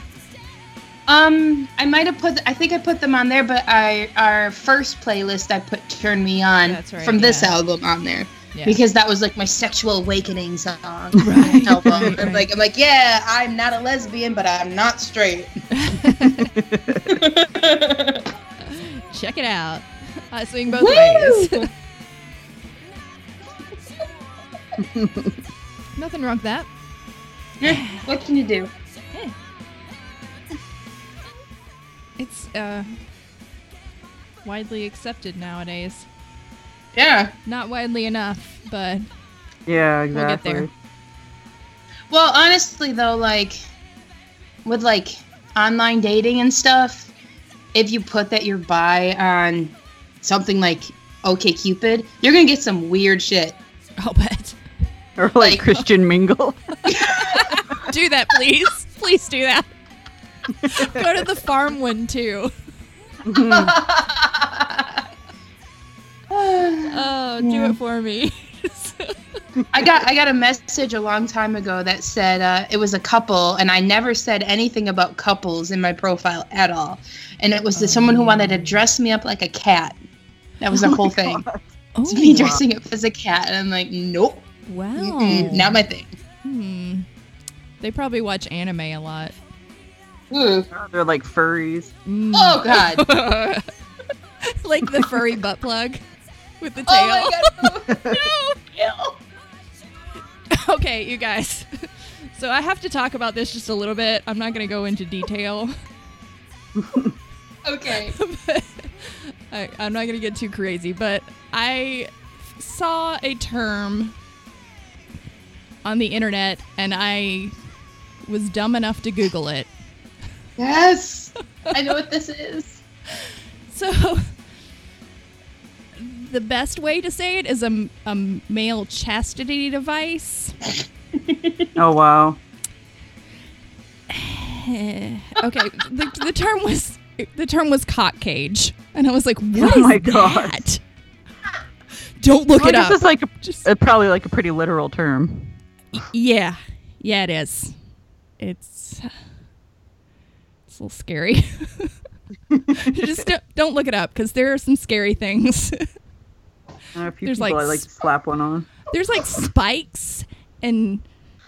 Um, I might have put I think I put them on there, but I our first playlist I put Turn Me On That's right, from this yeah. album on there Yeah. because that was like my sexual awakening song (laughs) Right, (laughs) album. right, I'm like I'm like yeah, I'm not a lesbian, but I'm (laughs) not straight. Check it out. (laughs) I swing both Woo! ways. (laughs) Nothing wrong with (laughs) that. what can you do? It's uh, widely accepted nowadays. Yeah. Not widely enough, but (laughs) Yeah, We'll get exactly. there. Well, honestly though, like with like online dating and stuff, if you put that you're bi on something like OKCupid, you're gonna get some weird shit. I'll bet. (laughs) Or like, Like- Christian (laughs) Mingle. (laughs) Do that, please. (laughs) please do that. Go to the farm one too. Oh, do Yeah. it for me. (laughs) I got I got a message a long time ago that said uh, it was a couple, and I never said anything about couples in my profile at all. And it was to someone who wanted to dress me up like a cat. That was the whole thing. It's me oh, dressing up as a cat, and I'm like, nope, wow. mm-mm, not my thing. Hmm. They probably watch anime a lot. (laughs) Ooh. They're like furries. Mm. Oh god. (laughs) like the furry butt plug with the tail. Oh my god. Oh, (laughs) okay, you guys. So I have to talk about this just a little bit. I'm not going to go into detail. no. Okay. (laughs) I, I'm not going to get too crazy, but I saw a term on the internet and I was dumb enough to Google it. Yes. I know what this is. So (laughs) the best way to say it is a, a male chastity device. Oh wow. Eh, (laughs) okay. the, the term was the term was cock cage, and I was like, "What Oh is my God. that?" Don't look Well, I it guess up. it's like a, Just uh, probably like a pretty literal term. yeah, yeah, it is. It's it's a little scary. (laughs) Just don't, don't look it up because there are some scary things. (laughs) There are a few There's, people like, I like to s- slap one on. There's like spikes and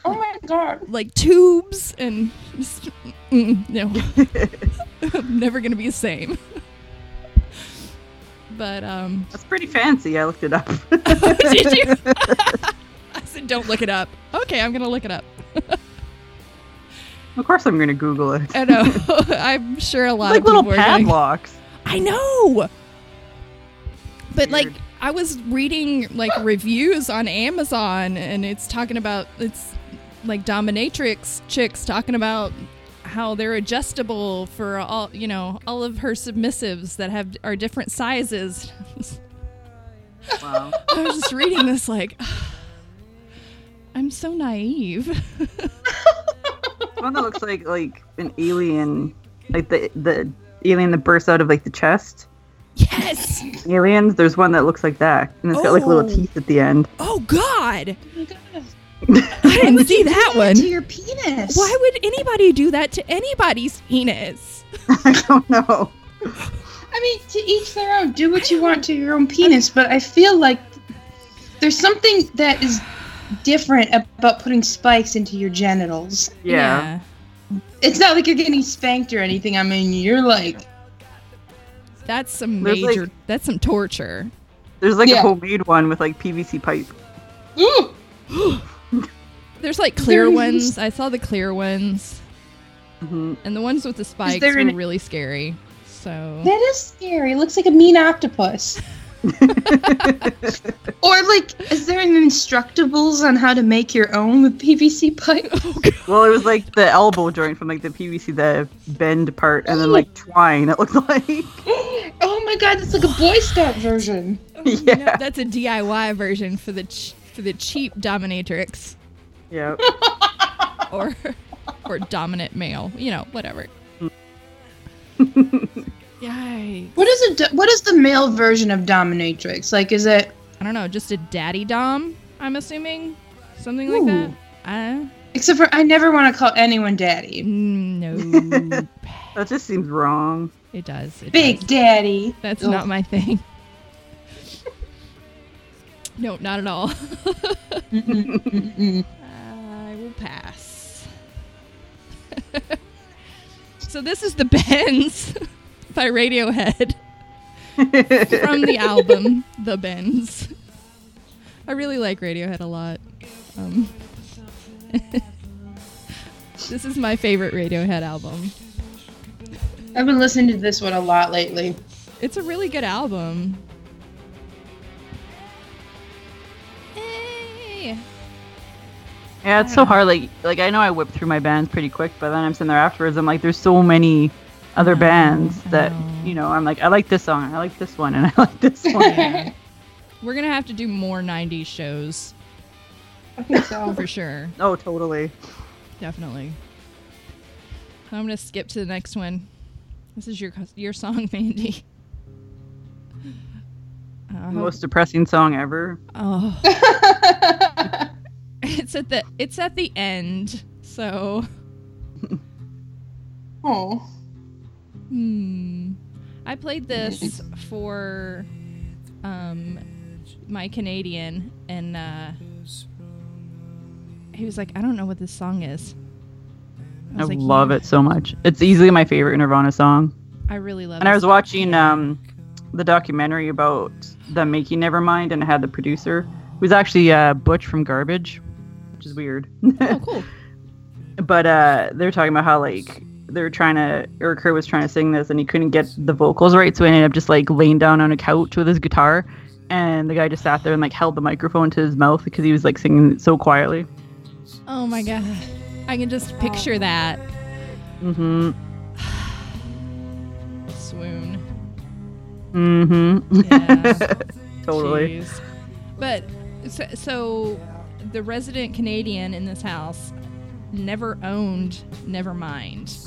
Oh my god. like tubes and just, mm, no, (laughs) I'm never gonna be the same. But um, (laughs) That's pretty fancy. I looked it up. (laughs) did you? (laughs) I said, don't look it up. Okay, I'm gonna look it up. of course, I'm going to Google (laughs) it. I know. (laughs) I'm sure a lot like of people little were going, (laughs) padlocks. I know. But like Weird. I was reading like reviews on Amazon and it's talking about it's like dominatrix chicks talking about how they're adjustable for all you know all of her submissives that have are different sizes. (laughs) Wow. I was just reading this like (sighs) I'm so naive. one that looks like like an alien, like the the alien that bursts out of like the chest. yes. Aliens. There's one that looks like that, and it's got like little Oh. teeth at the end. (laughs) Oh god. Oh my God. I didn't see that one. To your penis. Why would anybody do that to anybody's penis? I don't know. I mean, to each their own. Do what you want to your own penis, but I feel like there's something that is different about putting spikes into your genitals. Yeah. It's not like you're getting spanked or anything. I mean, you're like, That's some There's, like- major that's some torture. There's like a Yeah. homemade one with like PVC pipe. ooh, There's like clear There's- ones. I saw the clear ones. hmm And the ones with the spikes there were an- really scary. So that is scary. It looks like a mean octopus. or like, is there an instructables on how to make your own with PVC pipe? (laughs) Well, it was like the elbow joint from like the PVC, the bend part, and then like twine. It looked (laughs) like. oh my god, it's like a Boy Scout version. yeah. Oh, No, that's a DIY version for the ch- for the cheap (laughs) dominatrix Yeah. or or dominant male, you know, (laughs) whatever. Yikes. What is it? do- What is the male version of dominatrix? Like, is it I don't know, just a daddy dom, I'm assuming. Something like that. Ooh. I Except for I never want to call anyone daddy. mm, no. That just seems wrong. It does. It Big does. daddy. That's Ugh. not my thing. (laughs) no, not at all. (laughs) Mm-mm, mm-mm. I will pass. (laughs) so this is the Bends (laughs) by Radiohead from the album The Bends. I really like Radiohead a lot. Um, (laughs) this is my favorite Radiohead album. I've been listening to this one a lot lately. It's a really good album. Hey. Yeah, it's so hard. Like, like I know I whip through my bands pretty quick, but then I'm sitting there afterwards. I'm like, there's so many other know, bands I that know. you know. I'm like, I like this song, and I like this one, and (laughs) I like this one. (laughs) Yeah. We're gonna have to do more '90s shows I think (laughs) so. for sure, oh, totally. definitely. I'm gonna skip to the next one. This is your your song, (laughs) Mandy. Uh, I hope- Most depressing song ever. oh, (laughs) it's at the it's at the end, so (laughs) oh. Hmm. I played this for um, my Canadian, and uh, he was like, "I don't know what this song is." I, was like, love "Yeah, it so much. It's easily my favorite Nirvana song. I really love. And I this was song." watching um, the documentary about them making Nevermind, and it had the producer, who's actually uh, Butch from Garbage, which is weird. Oh, cool. but uh, they were talking about how like they were trying to Eric Kerr was trying to sing this and he couldn't get the vocals right, so he ended up just like laying down on a couch with his guitar, and the guy just sat there and like held the microphone to his mouth because he was like singing so quietly. Oh my god, I can just picture that Mm-hmm. swoon. Mm-hmm. Yeah, (laughs) Totally. jeez. But so, so the resident Canadian in this house never owned Nevermind.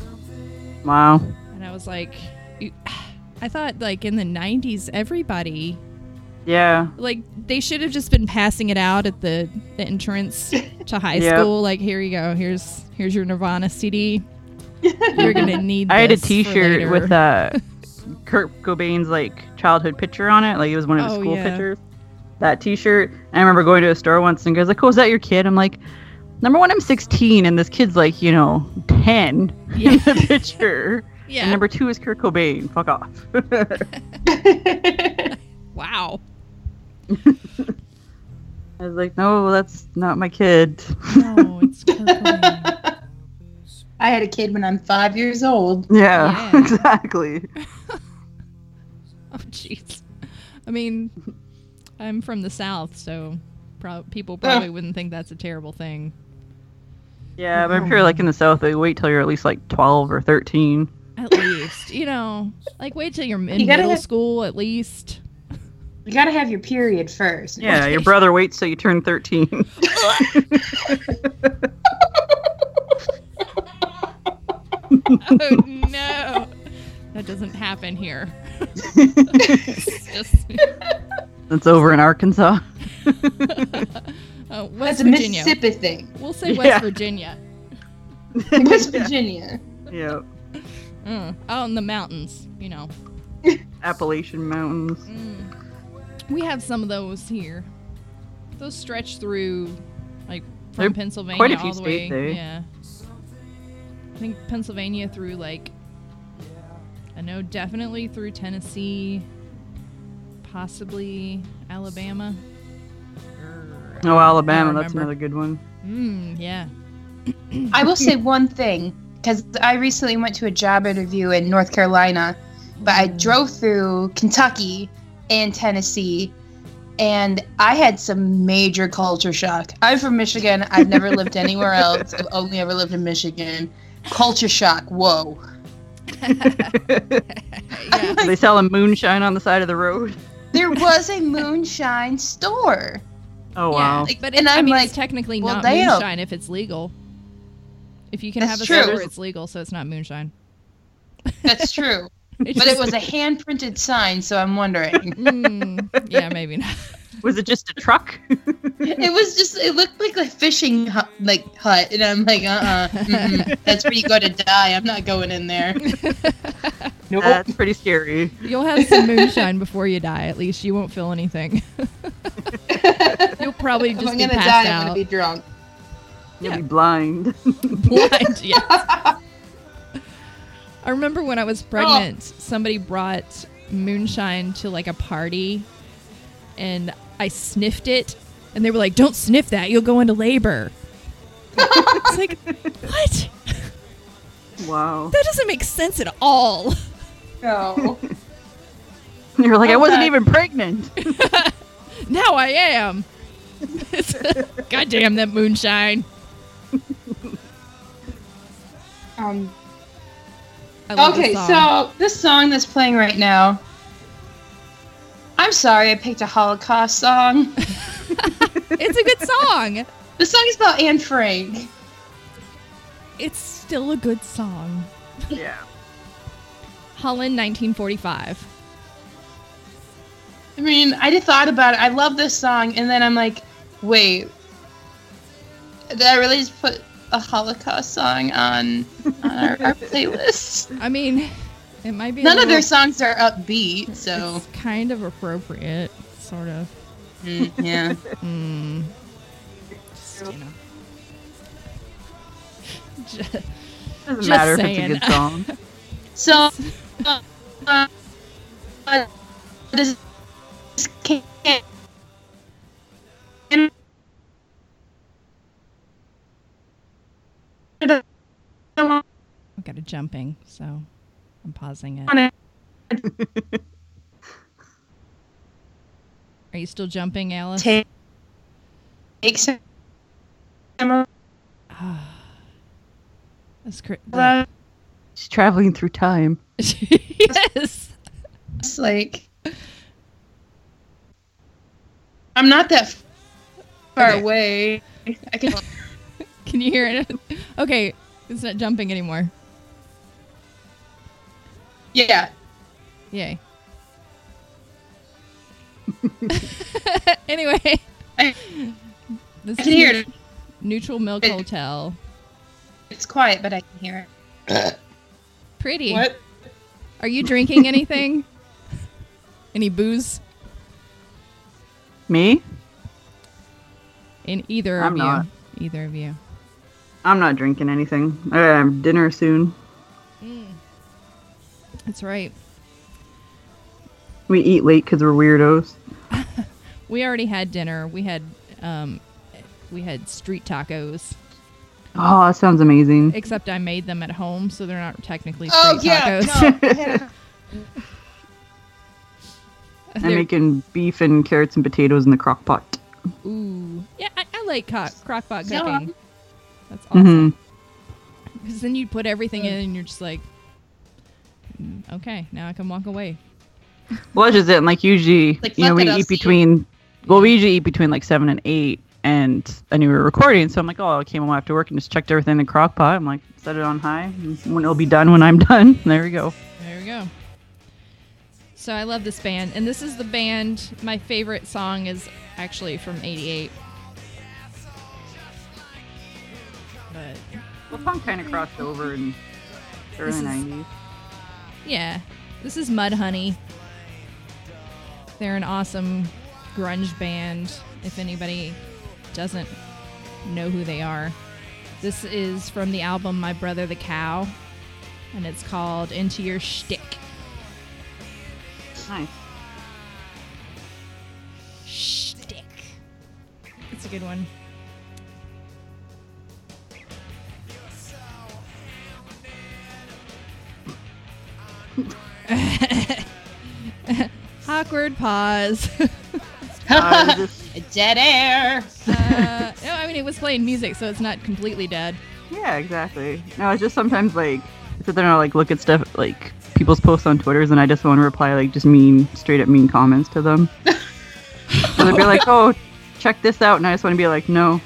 Wow. And I was like, you- (sighs) I thought like in the 90s, everybody, Yeah. like they should have just been passing it out at the, (laughs) the entrance to high Yep. school. Like, here you go. Here's, here's your Nirvana CD. You're gonna (laughs) need. I had a this for T-shirt later. with uh, Kurt Cobain's like childhood picture on it. Like it was one of his Oh, school yeah. pictures. That T-shirt. I remember going to a store once and goes like, "Oh, is that your kid?" I'm like, "Number one, I'm 16, and this kid's like, you know, 10 (laughs) in (laughs) Yeah. (laughs) the picture. yeah. And number two is Kurt Cobain. Fuck off." (laughs) (laughs) wow. I was like, "No, that's not my kid." (laughs) No, Oh, it's Kurt Cobain. I had a kid when I'm five years old. Yeah, Yeah. (laughs) exactly. (laughs) Oh, jeez. I mean, I'm from the South, so prob people probably wouldn't think that's a terrible thing. Yeah, but I'm sure like in the South they wait till you're at least like 12 or 13. At least, you know, like wait till you're in You gotta middle have- school at least. You gotta have your period first. Yeah, your brother waits till you turn (laughs) 13. Oh no, that doesn't happen here. It's just- (laughs) That's over in Arkansas. (laughs) oh, West That's a uh, Virginia. (laughs) Mississippi thing. We'll say West Yeah. Virginia. West Virginia. yeah. Mm, out in the mountains, you know. Appalachian Mountains. Mm. We have some of those here. Those stretch through, like There are from Pennsylvania quite a few all the way. states there. Yeah, I think Pennsylvania through like, I know definitely through Tennessee, possibly Alabama. Or- Oh, Alabama, I that's remember. another good one. Mm, yeah. I will say one thing because I recently went to a job interview in North Carolina, but I drove through Kentucky and Tennessee, and I had some major culture shock. I'm from Michigan. I've never lived anywhere else. I've only ever lived in Michigan. Culture shock. Whoa. (laughs) yeah. they sell a moonshine on the side of the road. There was a moonshine store. Oh, wow. like- but and it, I I'm mean, it's like, technically well, not damn. moonshine if it's legal. If you can That's have a true. server, it's legal, so it's not moonshine. That's true. (laughs) But it was a hand printed sign, so I'm wondering. (laughs) Mm, yeah, maybe not. Was it just a (laughs) truck? It was just, it looked like a fishing hut, like hut, and I'm like, uh, uh that's where you go to die. I'm not going in (laughs) there. Nope. That's pretty scary. You'll have some moonshine before you die. At least you won't feel anything. (laughs) You'll probably if just I'm be gonna passed die, I'm out, gonna be drunk. You'll Yeah. be blind. (laughs) (laughs) blind. Yes. I remember when I was pregnant, Oh. somebody brought moonshine to like a party, and I sniffed it, and they were like, "Don't sniff that. You'll go into labor." (laughs) it's like, what? (laughs) Wow. That doesn't make sense at all. (laughs) No. You're like, I wasn't Okay. (laughs) even pregnant. Now I am. (laughs) God damn that moonshine. Um, I love okay, this song. so this song that's playing right now. I'm sorry I picked a (laughs) Holocaust song. it's a good song. the song is about Anne Frank. It's still a good song. yeah. Holland 1945. I mean, I just thought about it. I love this song, and then I'm like, wait, did I really just put a Holocaust song on on our, (laughs) our playlist? I mean, it might be a None of their little- songs are upbeat, so It's kind of appropriate, sort of. mm, yeah. Mm. Just, you know. Ju- Doesn't Just matter saying. if it's a good song. (laughs) So, uh, uh, this can't. I've (laughs) got a jumping, so I'm pausing it. On it. Are you still jumping, Alice? Take some. Ah. That's cr- that- It's She's traveling through time. (laughs) yes. like I'm not that f- far Okay. away. I can. Can you hear it? (laughs) Okay, it's not jumping anymore. Yeah. Yay. (laughs) anyway. I- This I can hear is it. Neutral Milk It- Hotel. It's quiet, but I can hear it. Pretty. What? Are you drinking anything? (laughs) Any booze? Me? In either I'm of not. you. Either of you. I'm not drinking anything. I gotta have dinner soon. That's right. We eat late because we're weirdos. We already had dinner. We had um we had street tacos. Oh, that sounds amazing. Except I made them at home, so they're not technically street Oh (laughs) yeah. tacos. No, I had a- I'm making beef and carrots and potatoes in the crock pot. Ooh. Yeah, I, I like co- crockpot Yeah. cooking. That's Mm-hmm. awesome. Because then you put everything in and you're just like, "Mm, okay, now I can walk away. Well, that's just it. And, like usually, Like, you know, fuck we it, I'll eat see you. between. Well, we usually eat between like seven and eight, and I knew we were recording, so I'm like, oh, I came home after work and just checked everything in the crock pot. I'm like, set it on high, and when it'll be done when I'm (laughs) done. There we go. There we go. So I love this band, and this is the band. My favorite song is actually from '88. But Well, punk kind of crossed over in the This early is- '90s. yeah, this is Mudhoney. They're an awesome grunge band. If anybody doesn't know who they are, this is from the album My Brother the Cow, and it's called Into Your Shtick. (laughs) Nice. Shtick. It's a good (laughs) one. Awkward pause. I was Uh, just- Dead air. uh, no, I mean it was playing music, so it's not completely dead. Yeah, exactly. No, it's just sometimes like I sit there and I like look at stuff like people's posts on Twitters, and I just want to reply like just mean, straight up mean comments to them. so they'd be like, "Oh, check this out," and I just want to be like, "No."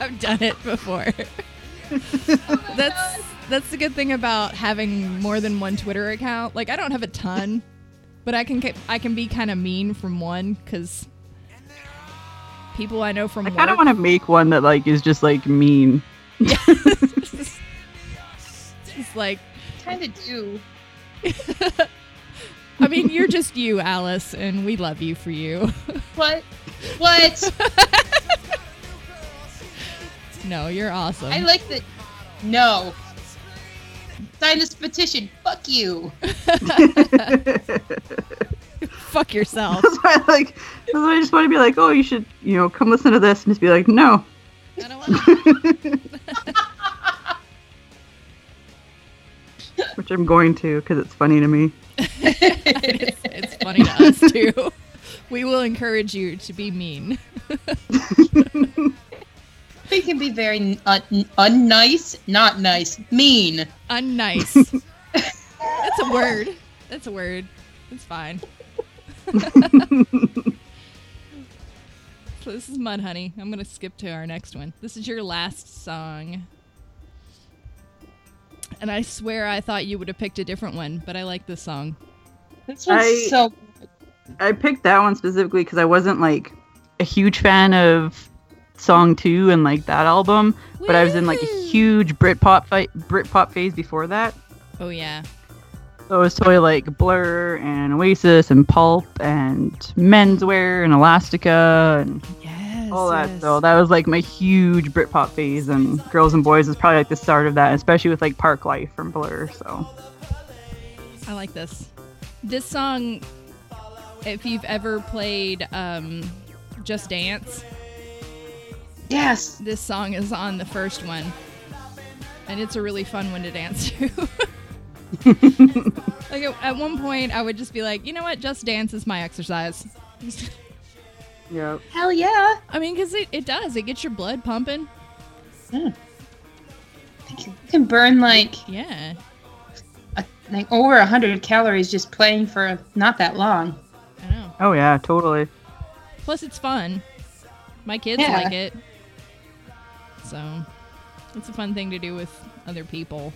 I've done it before. (laughs) that's that's the good thing about having more than one Twitter account. Like I don't have a ton, but I can ca- I can be kind of mean from one because people I know from I kind of work. want to make one that like is just like mean. (laughs) it's just like Kind of do. I mean you're just you, Alice, and we love you for you. (laughs) What? What? no, you're awesome. I like that. No. Sign this petition. Fuck you. Fuck yourself. That's why like that's why I just want to be like, "Oh, you should you know come listen to this," and just be like, "No." I don't want Which I'm going to because it's funny to me. it's, (laughs) (laughs) it's funny to us too. We will encourage you to be mean. We can be very un- unnice, not nice, mean. Unnice. That's a word. That's a word. It's fine. so this is Mud Honey. I'm gonna skip to our next one. This is your last song. And I swear I thought you would have picked a different one, but I like this song. This one's I- so. I picked that one specifically because I wasn't like a huge fan of song two and like that album, but I was in like a Woohoo! huge Britpop fight Britpop phase before that. Oh yeah. So it was totally like Blur and Oasis and Pulp and Menswear and Elastica and Yes. all that. So that was like my huge Britpop phase, and Girls and Boys is probably like the start of that, especially with like Park Life from Blur. So I like this. This song, if you've ever played um, Just Dance, Yes. this song is on the first one. And it's a really fun one to dance to. (laughs) like at, at one point, I would just be like, you know what? Just Dance is my exercise. (laughs) yeah, Hell yeah. I mean, because it, it does, it gets your blood pumping. Hmm. You can burn like Yeah. a, like over a hundred calories just playing for not that long. I know. oh yeah, totally. Plus, it's fun. My kids Yeah. like it. So, it's a fun thing to do with other people.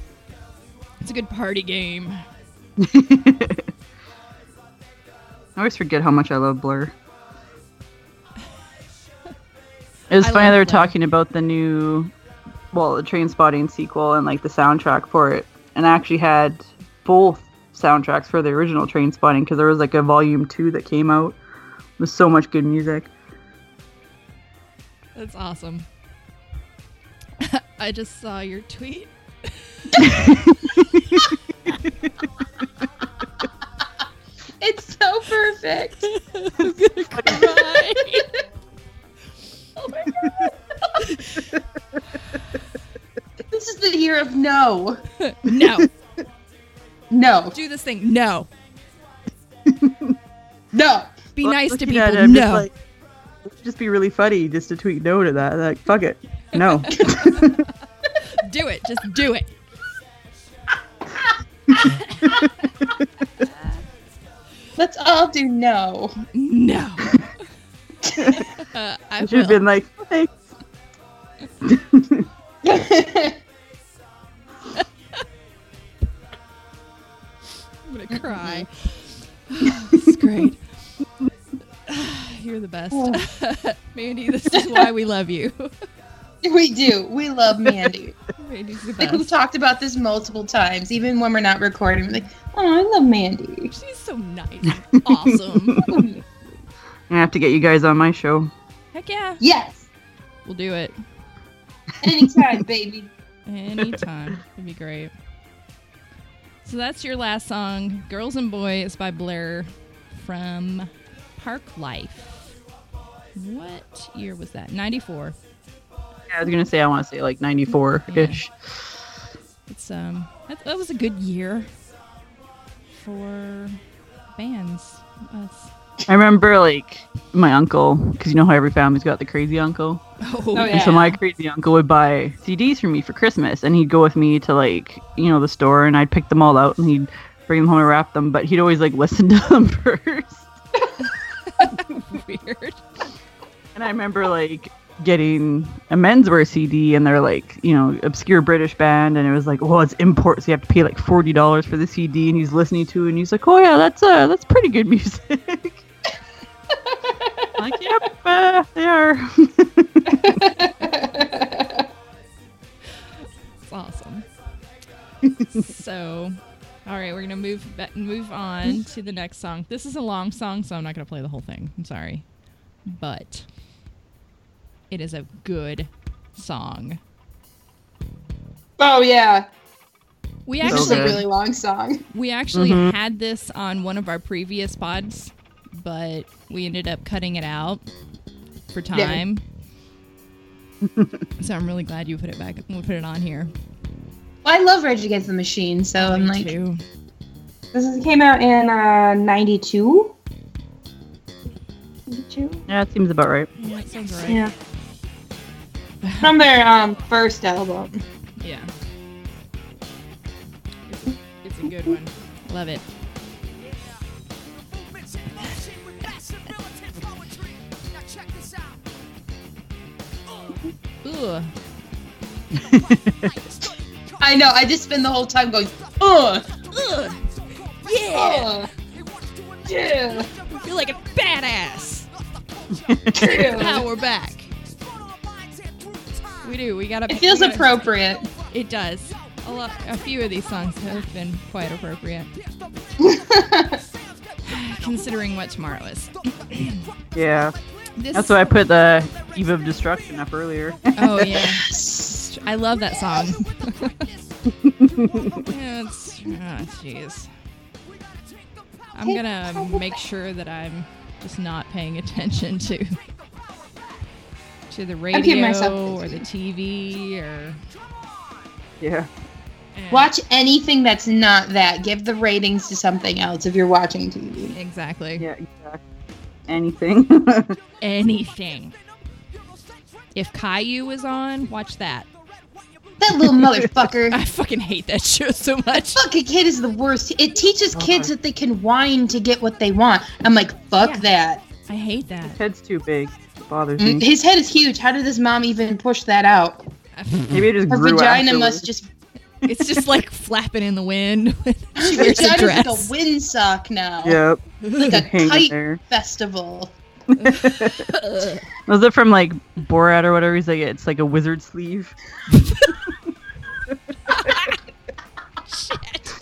It's a good party game. I always forget how much I love Blur. It was I funny love they Blur. were talking about the new well, the Train Spotting sequel and like the soundtrack for it, and I actually had both soundtracks for the original Train Spotting because there was like a volume two that came out with so much good music. That's awesome. (laughs) I just saw your tweet. (laughs) It's so perfect. oh my god. (laughs) this is the year of no. no, No. do this thing. No, No. be Look- nice to looking at people. it, I'm just no, like, Let's just be really funny just to tweet no to that. Like, fuck it. (laughs) No. do it. Just do it. Let's all do no. (laughs) (laughs) No. uh, I I should have will. been like, thanks. I'm gonna cry. (sighs) it's great. You're the best, Oh. (laughs) Mandy. This is why we love (laughs) you. we do. We love Mandy. Mandy's the Like (laughs) we've best. talked about this multiple times, even when we're not recording. Like, oh, I love Mandy. She's so nice. and Awesome. (laughs) I have to get you guys on my show. Heck yeah, yes, we'll do it anytime, (laughs) baby. anytime. It'd be great. So that's your last song, "Girls and Boys" by Blair from Park Life. What year was that? Ninety-four. Yeah, I was gonna say I want to say like 94 ish. It's um that, that was a good year for bands. Us. I remember like my uncle, because you know how every family's got the crazy uncle. Oh, yeah. And so my crazy uncle would buy CDs for me for Christmas, and he'd go with me to like you know the store, and I'd pick them all out, and he'd bring them home and wrap them. But he'd always like (laughs) listen to them first. (laughs) weird. And I remember like getting a menswear CD, and they're like, you know, obscure British band, and it was like, well, it's import, so you have to pay like forty dollars for the CD. And he's listening to, it, and he's like, oh yeah, that's uh, that's pretty good music. (laughs) I'm like, yep, uh, they are. (laughs) It's (laughs) awesome. so, all right, we're gonna move ba- move on to the next song. This is a long song, so I'm not gonna play the whole thing. I'm sorry, but it is a good song. Oh yeah, We it's Mm-hmm. So just actually a good. really long song. we actually Mhm. had this on one of our previous pods, but we ended up cutting it out for Yeah. (laughs) time. so I'm really glad you put it back. We put it on here. Well, I love Rage Against the Machine, so I'm Me like, too. this is, came out in uh '92. '92. Yeah, it seems about right. (laughs) Yeah, Oh, that sounds right. Yeah. From their um first album. Yeah. It's a, it's a good one. Love it. Movements in motion with massive militant poetry. Now check this out. Ugh. I know. I just spend the whole time going, ugh, Ugh. Yeah. (laughs) ugh, yeah, You're like a badass. yeah. Now we're back. We do. We gotta. It feels we gotta- appropriate. It does. A lot. A few of these songs have been quite appropriate, (laughs) considering what tomorrow is. Yeah, This, that's why I put the Eve of Destruction up earlier. (laughs) Oh yeah. I love that (laughs) (laughs) song. Yeah, it's- oh, jeez. I'm gonna make sure that I'm just not paying attention to to the I'm radio keeping myself or the busy. TV or yeah, eh, Watch anything that's not that. Give the ratings to something else if you're watching TV. exactly yeah, exactly. Anything. (laughs) anything. If Caillou was on, watch that. That (laughs) little motherfucker. I fucking hate that show so much. Fucking kid is the worst. It Oh, teaches kids that they can whine to get what they want. I'm like, fuck Yeah. that. I hate that. Head's too big. It bothers Mm-hmm. Mm, me. His head is huge. How did his mom even push that out? Maybe it just Her grew vagina afterwards. must just. It's just like flapping in the wind. (laughs) when she Her wears a vagina's like a dress. windsock now. Yep. Like a Hanging kite there. festival. Was it from like Borat or whatever? He's like, it's like a wizard sleeve. Shit.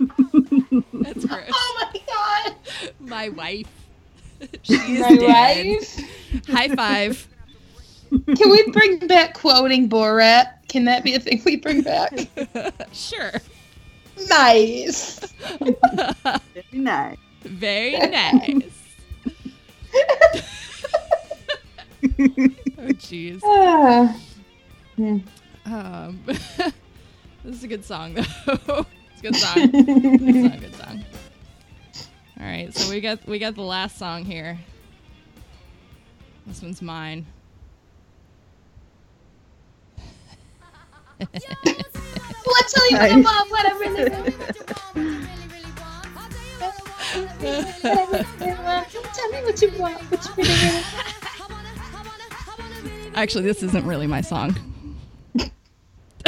That's gross. Oh my god. (laughs) My wife. She's My dead. wife. High (laughs) five. Can we bring back quoting Borat? Can that be a thing we bring (laughs) back? (laughs) sure. nice. Nice. (laughs) Very nice. oh jeez. Ah. Um, (laughs) this is a good song though. (laughs) it's a good song. good song. Good song. All right, so we got we got the last song here. This one's mine. Let's tell you Nice. about what I really want. Tell me what you want. (laughs) What you really want. Actually, this isn't really my song. (laughs)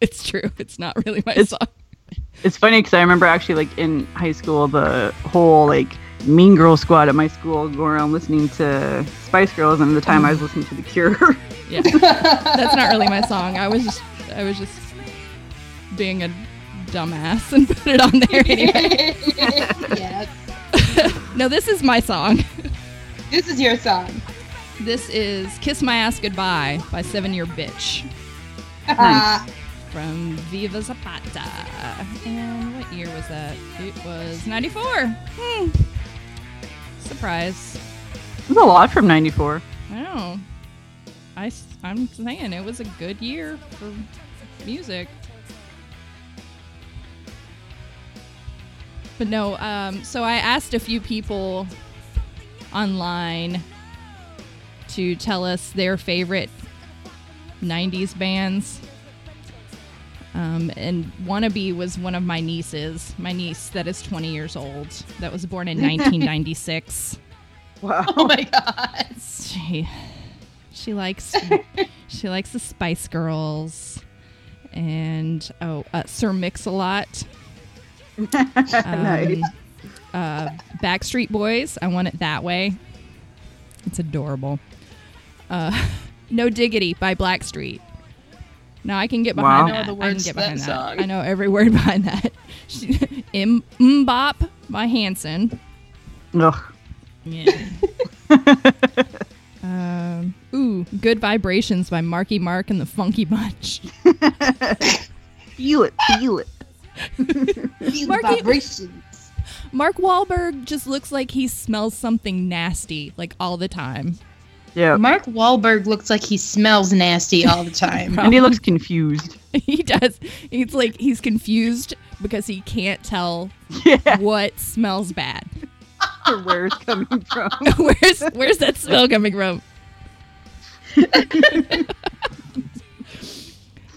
it's true. It's not really my It's- song. It's funny because I remember actually like in high school the whole like Mean Girl squad at my school going around listening to Spice Girls, and at the time I was listening to The Cure. (laughs) Yeah, that's not really my song. I was just I was just being a dumbass and (laughs) put it on there (laughs) anyway. yeah. no, this is my song. This is your song. This is Kiss My Ass Goodbye by Seven Year Bitch (laughs) Nice. from Viva Zapata. And what year was that? It was 94. Hmm. Surprise. There's a lot from '94. I know. Oh. I, am saying it was a good year for music. But no, um, so I asked a few people online to tell us their favorite 90s bands. Um, and Wannabe was one of my nieces, my niece that is 20 years old, that was born in 1996. Wow. Oh my god. She she (laughs) likes she likes the Spice Girls and oh uh, Sir (laughs) Mix-a-Lot, um, nice. uh, Backstreet Boys. I want it that way. It's adorable. Uh, (laughs) no Diggity by Blackstreet. Now I can get behind Wow. that. I know the I can words get to that behind that. song. I know every (laughs) word behind that. She- M- Mbop by Hanson. Ugh. Yeah. um, ooh, Good Vibrations by Marky Mark and the Funky Bunch. Feel it. Feel it. Marky- Mark Wahlberg just looks like he smells something nasty, like all the time. (laughs) Yeah. Mark Wahlberg looks like he smells nasty all the time. And he looks confused. (laughs) he does. He's like, he's confused because he can't tell (laughs) Yeah. what smells bad. (laughs) Where it's coming from. where's, where's that smell coming from?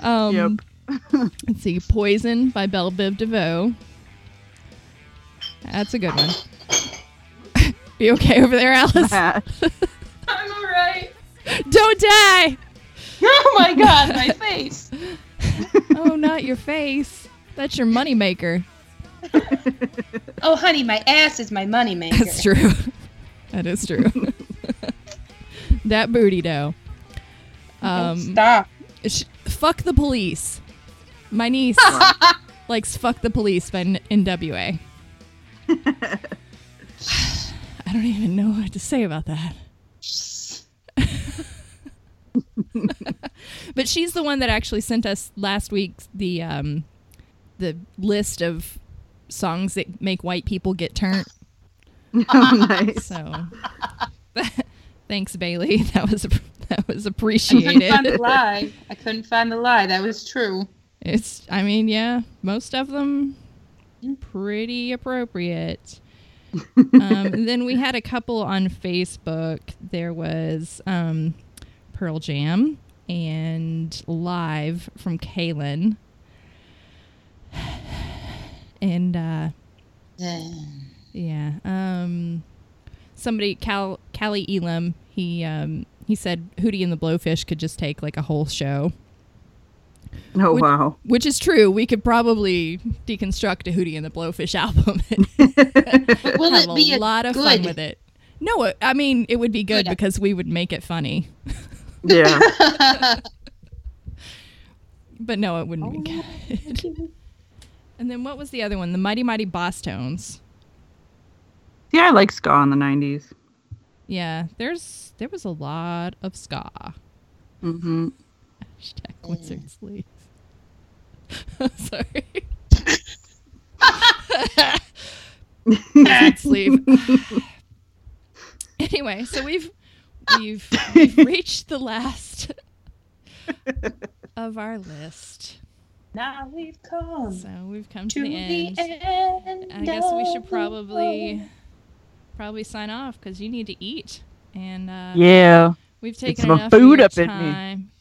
um, (laughs) (laughs) (laughs) Yep. Let's see, Poison by Belle Biv DeVoe. That's a good one. (laughs) Be okay over there, (laughs) Alice. (laughs) Oh, I'm alright. Don't die. Oh my god, my face. Oh, not your face. That's your (laughs) moneymaker. Oh honey, my ass is my moneymaker. That's true. (laughs) That is (laughs) true. that booty dough. Um, Stop. sh- fuck the police. My niece likes "Fuck the Police" by N- (sighs) NWA. I don't even know what to say about that. (laughs) but she's the one that actually sent us last week the um, the list of songs that make white people get turned. oh, (laughs) nice. So, thanks, Bailey. (laughs) That was that was I couldn't find the appreciated. lie. I couldn't find the lie. That was (sighs) true. It's, I mean, yeah, most of them pretty appropriate. um, and then we had a couple on Facebook. There was um, Pearl Jam and Live from Kalen. And uh, Yeah. Um, somebody, Cal, Callie Elam, he um, he said Hootie and the Blowfish could just take like a whole show, Oh, Would- wow. which is true. We could probably deconstruct a Hootie and the Blowfish (laughs) album and (laughs) Will have it be a lot of good fun with it. No, it- I mean it would be good Yeah. because we would make it funny. Yeah. But no, it wouldn't Oh, be (laughs) good. and then what was the other one? The Mighty Mighty Boss Tones. (laughs) See, I like ska in the 90s. Yeah, there's there was a lot of ska. Mm-hmm. Hashtag Wizard Sleeve. (laughs) Sorry. Wizard Sleeve. anyway, so we've we've, we've reached the last of our list. now we've come So we've come to, to the, end. end. I guess we of should the probably road. probably sign off because you need to eat. And uh, Yeah. we've taken some enough of food your up in me. time.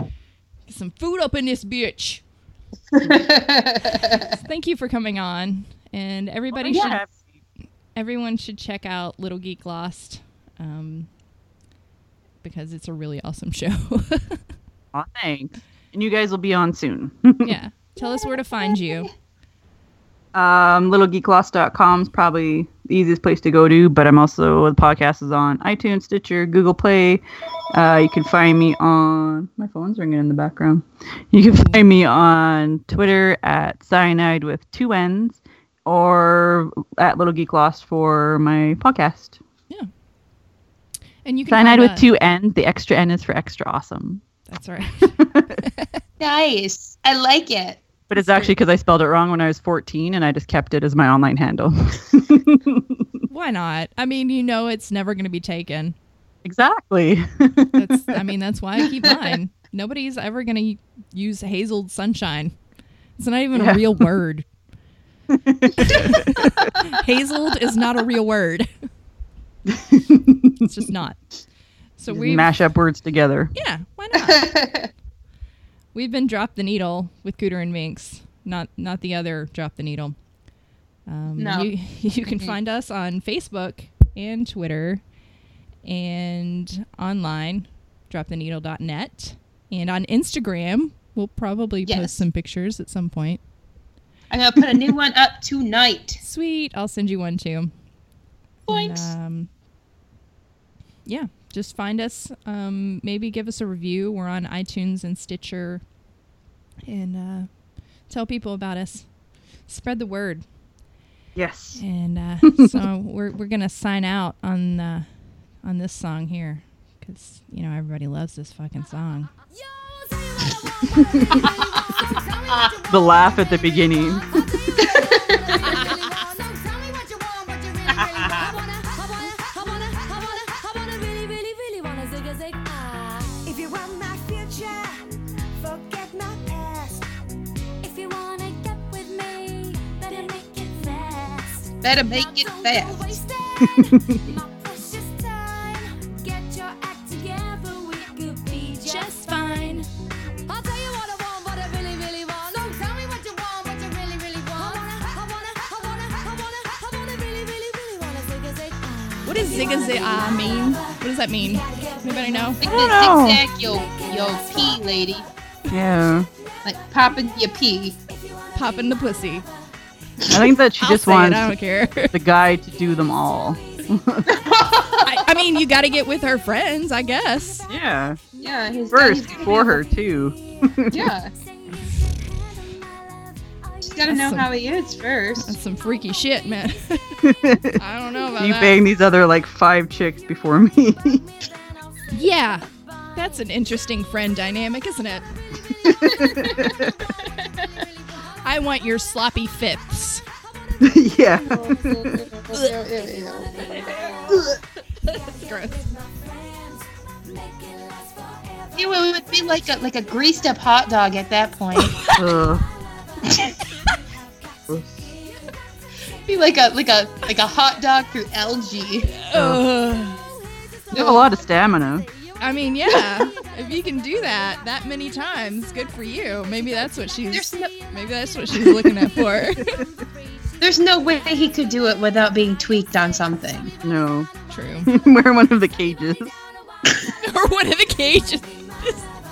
Get some food up in this bitch. Thank you for coming on. And everybody should everyone should check out Little Geek Lost. Um, because it's a really awesome (laughs) show. Aw, thanks. And you guys will be on soon. (laughs) yeah. Tell us where to find you. Um, littlegeeklost.com is probably the easiest place to go to, but I'm also the podcast is on iTunes, Stitcher, Google Play. Uh, you can find me on my phone's ringing in the background. You can find me on Twitter at cyanide with two N's or at Little Geek Lost for my podcast. And you can Cyanide find with us- two N's. The extra N is for extra awesome. That's right. (laughs) nice. I like it. But it's actually because I spelled it wrong when I was 14 and I just kept it as my online handle. (laughs) Why not? I mean, you know it's never going to be taken. (laughs) exactly. That's (laughs) I mean that's why I keep mine. Nobody's ever gonna use Hazeled Sunshine. It's not even Yeah. a real word. (laughs) Hazeled is not a real (laughs) word. it's just not. So Just we mash up words together. yeah, (laughs) why not? We've been drop the needle with Cooter and Minx, not not the other drop the needle. Um, No. you, (laughs) you can find us on Facebook and Twitter and online droptheneedle.net and on Instagram. We'll probably Yes. post some pictures at some point. I'm gonna put a new one up (laughs) tonight. Sweet, I'll send you one too. Thanks. um, yeah, just find us. Um, maybe give us a review. We're on iTunes and Stitcher. And uh, tell people about us. Spread the word. Yes. And uh, so we're, we're going to sign out on, uh, on this song here because, you know, everybody loves this fucking song. (laughs) The laugh at the beginning. If you want my future, forget my past. If you wanna get with me, better make it fast. Better make it fast. (laughs) Just fine. I'll tell you what I want, what I really, really want. So tell me what you want, what you really, really want. I wanna, I wanna, I wanna, I wanna, I wanna really, really, really wanna zig-a-zig. What does Zigga Zig Ah mean? What does that mean? Anybody know? Like don't know. the zigzag yo yo pee lady, Yeah. like popping your pee. Popping the pussy. (laughs) I think that she I'll just say it, wants I don't (laughs) care. the guy to do them all. I, I mean, you got to get with her friends, I guess. Yeah. Yeah, he's First he's- for her too. (laughs) Yeah, she's gotta know how he is first. That's some freaky shit, man. (laughs) (laughs) I don't know about you that. bang these other like five chicks before me. (laughs) Yeah. That's an interesting friend dynamic, isn't (laughs) it? I want your sloppy fifths. (laughs) yeah. Gross. It would would be like a like a greased up hot dog at that (laughs) point. Ugh. be like a like a like a hot dog through algae. Ugh. You have a lot of stamina. I mean, yeah. If you can do that that many times, good for you. Maybe that's what she's There's no, maybe that's what she's looking at (laughs) for. there's no way he could do it without being tweaked on something. No. (laughs) True. We're in one of the cages. or one of the cages.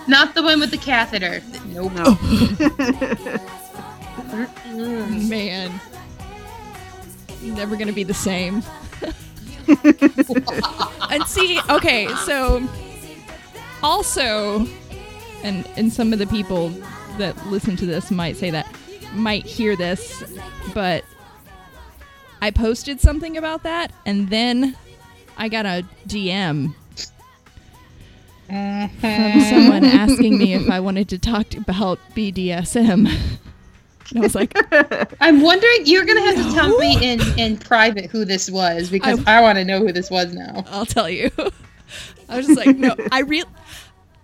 Not the one with the catheter. Nope. No. (laughs) (laughs) Man. Never gonna be the same. (laughs) and see, okay, so also, and and some of the people that listen to this might say that, might hear this, but I posted something about that, and then I got a DM from someone asking me if I wanted to talk about (laughs) BDSM. And I was like, I'm wondering. You're gonna have to tell me in in private who this was because I, want to know who this was now. I'll tell you. (laughs) I was just like, no, I real,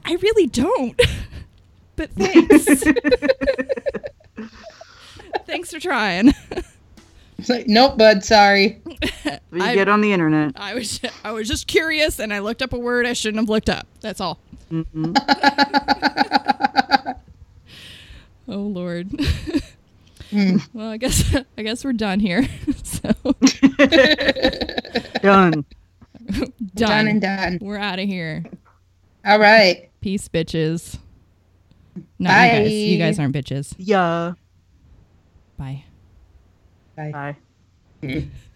I really don't. (laughs) But thanks. (laughs) thanks for trying. It's like, nope, bud. Sorry. (laughs) We I- get on (laughs) the internet. I was I was just curious and I looked up a word I shouldn't have looked up. That's all. oh lord. (laughs) well, I guess I guess we're done here. (laughs) so done. Done. Done and done. We're out of here. All right. Peace, bitches. No, you Bye. guys. You guys aren't bitches. Yeah. Bye. Bye. Bye.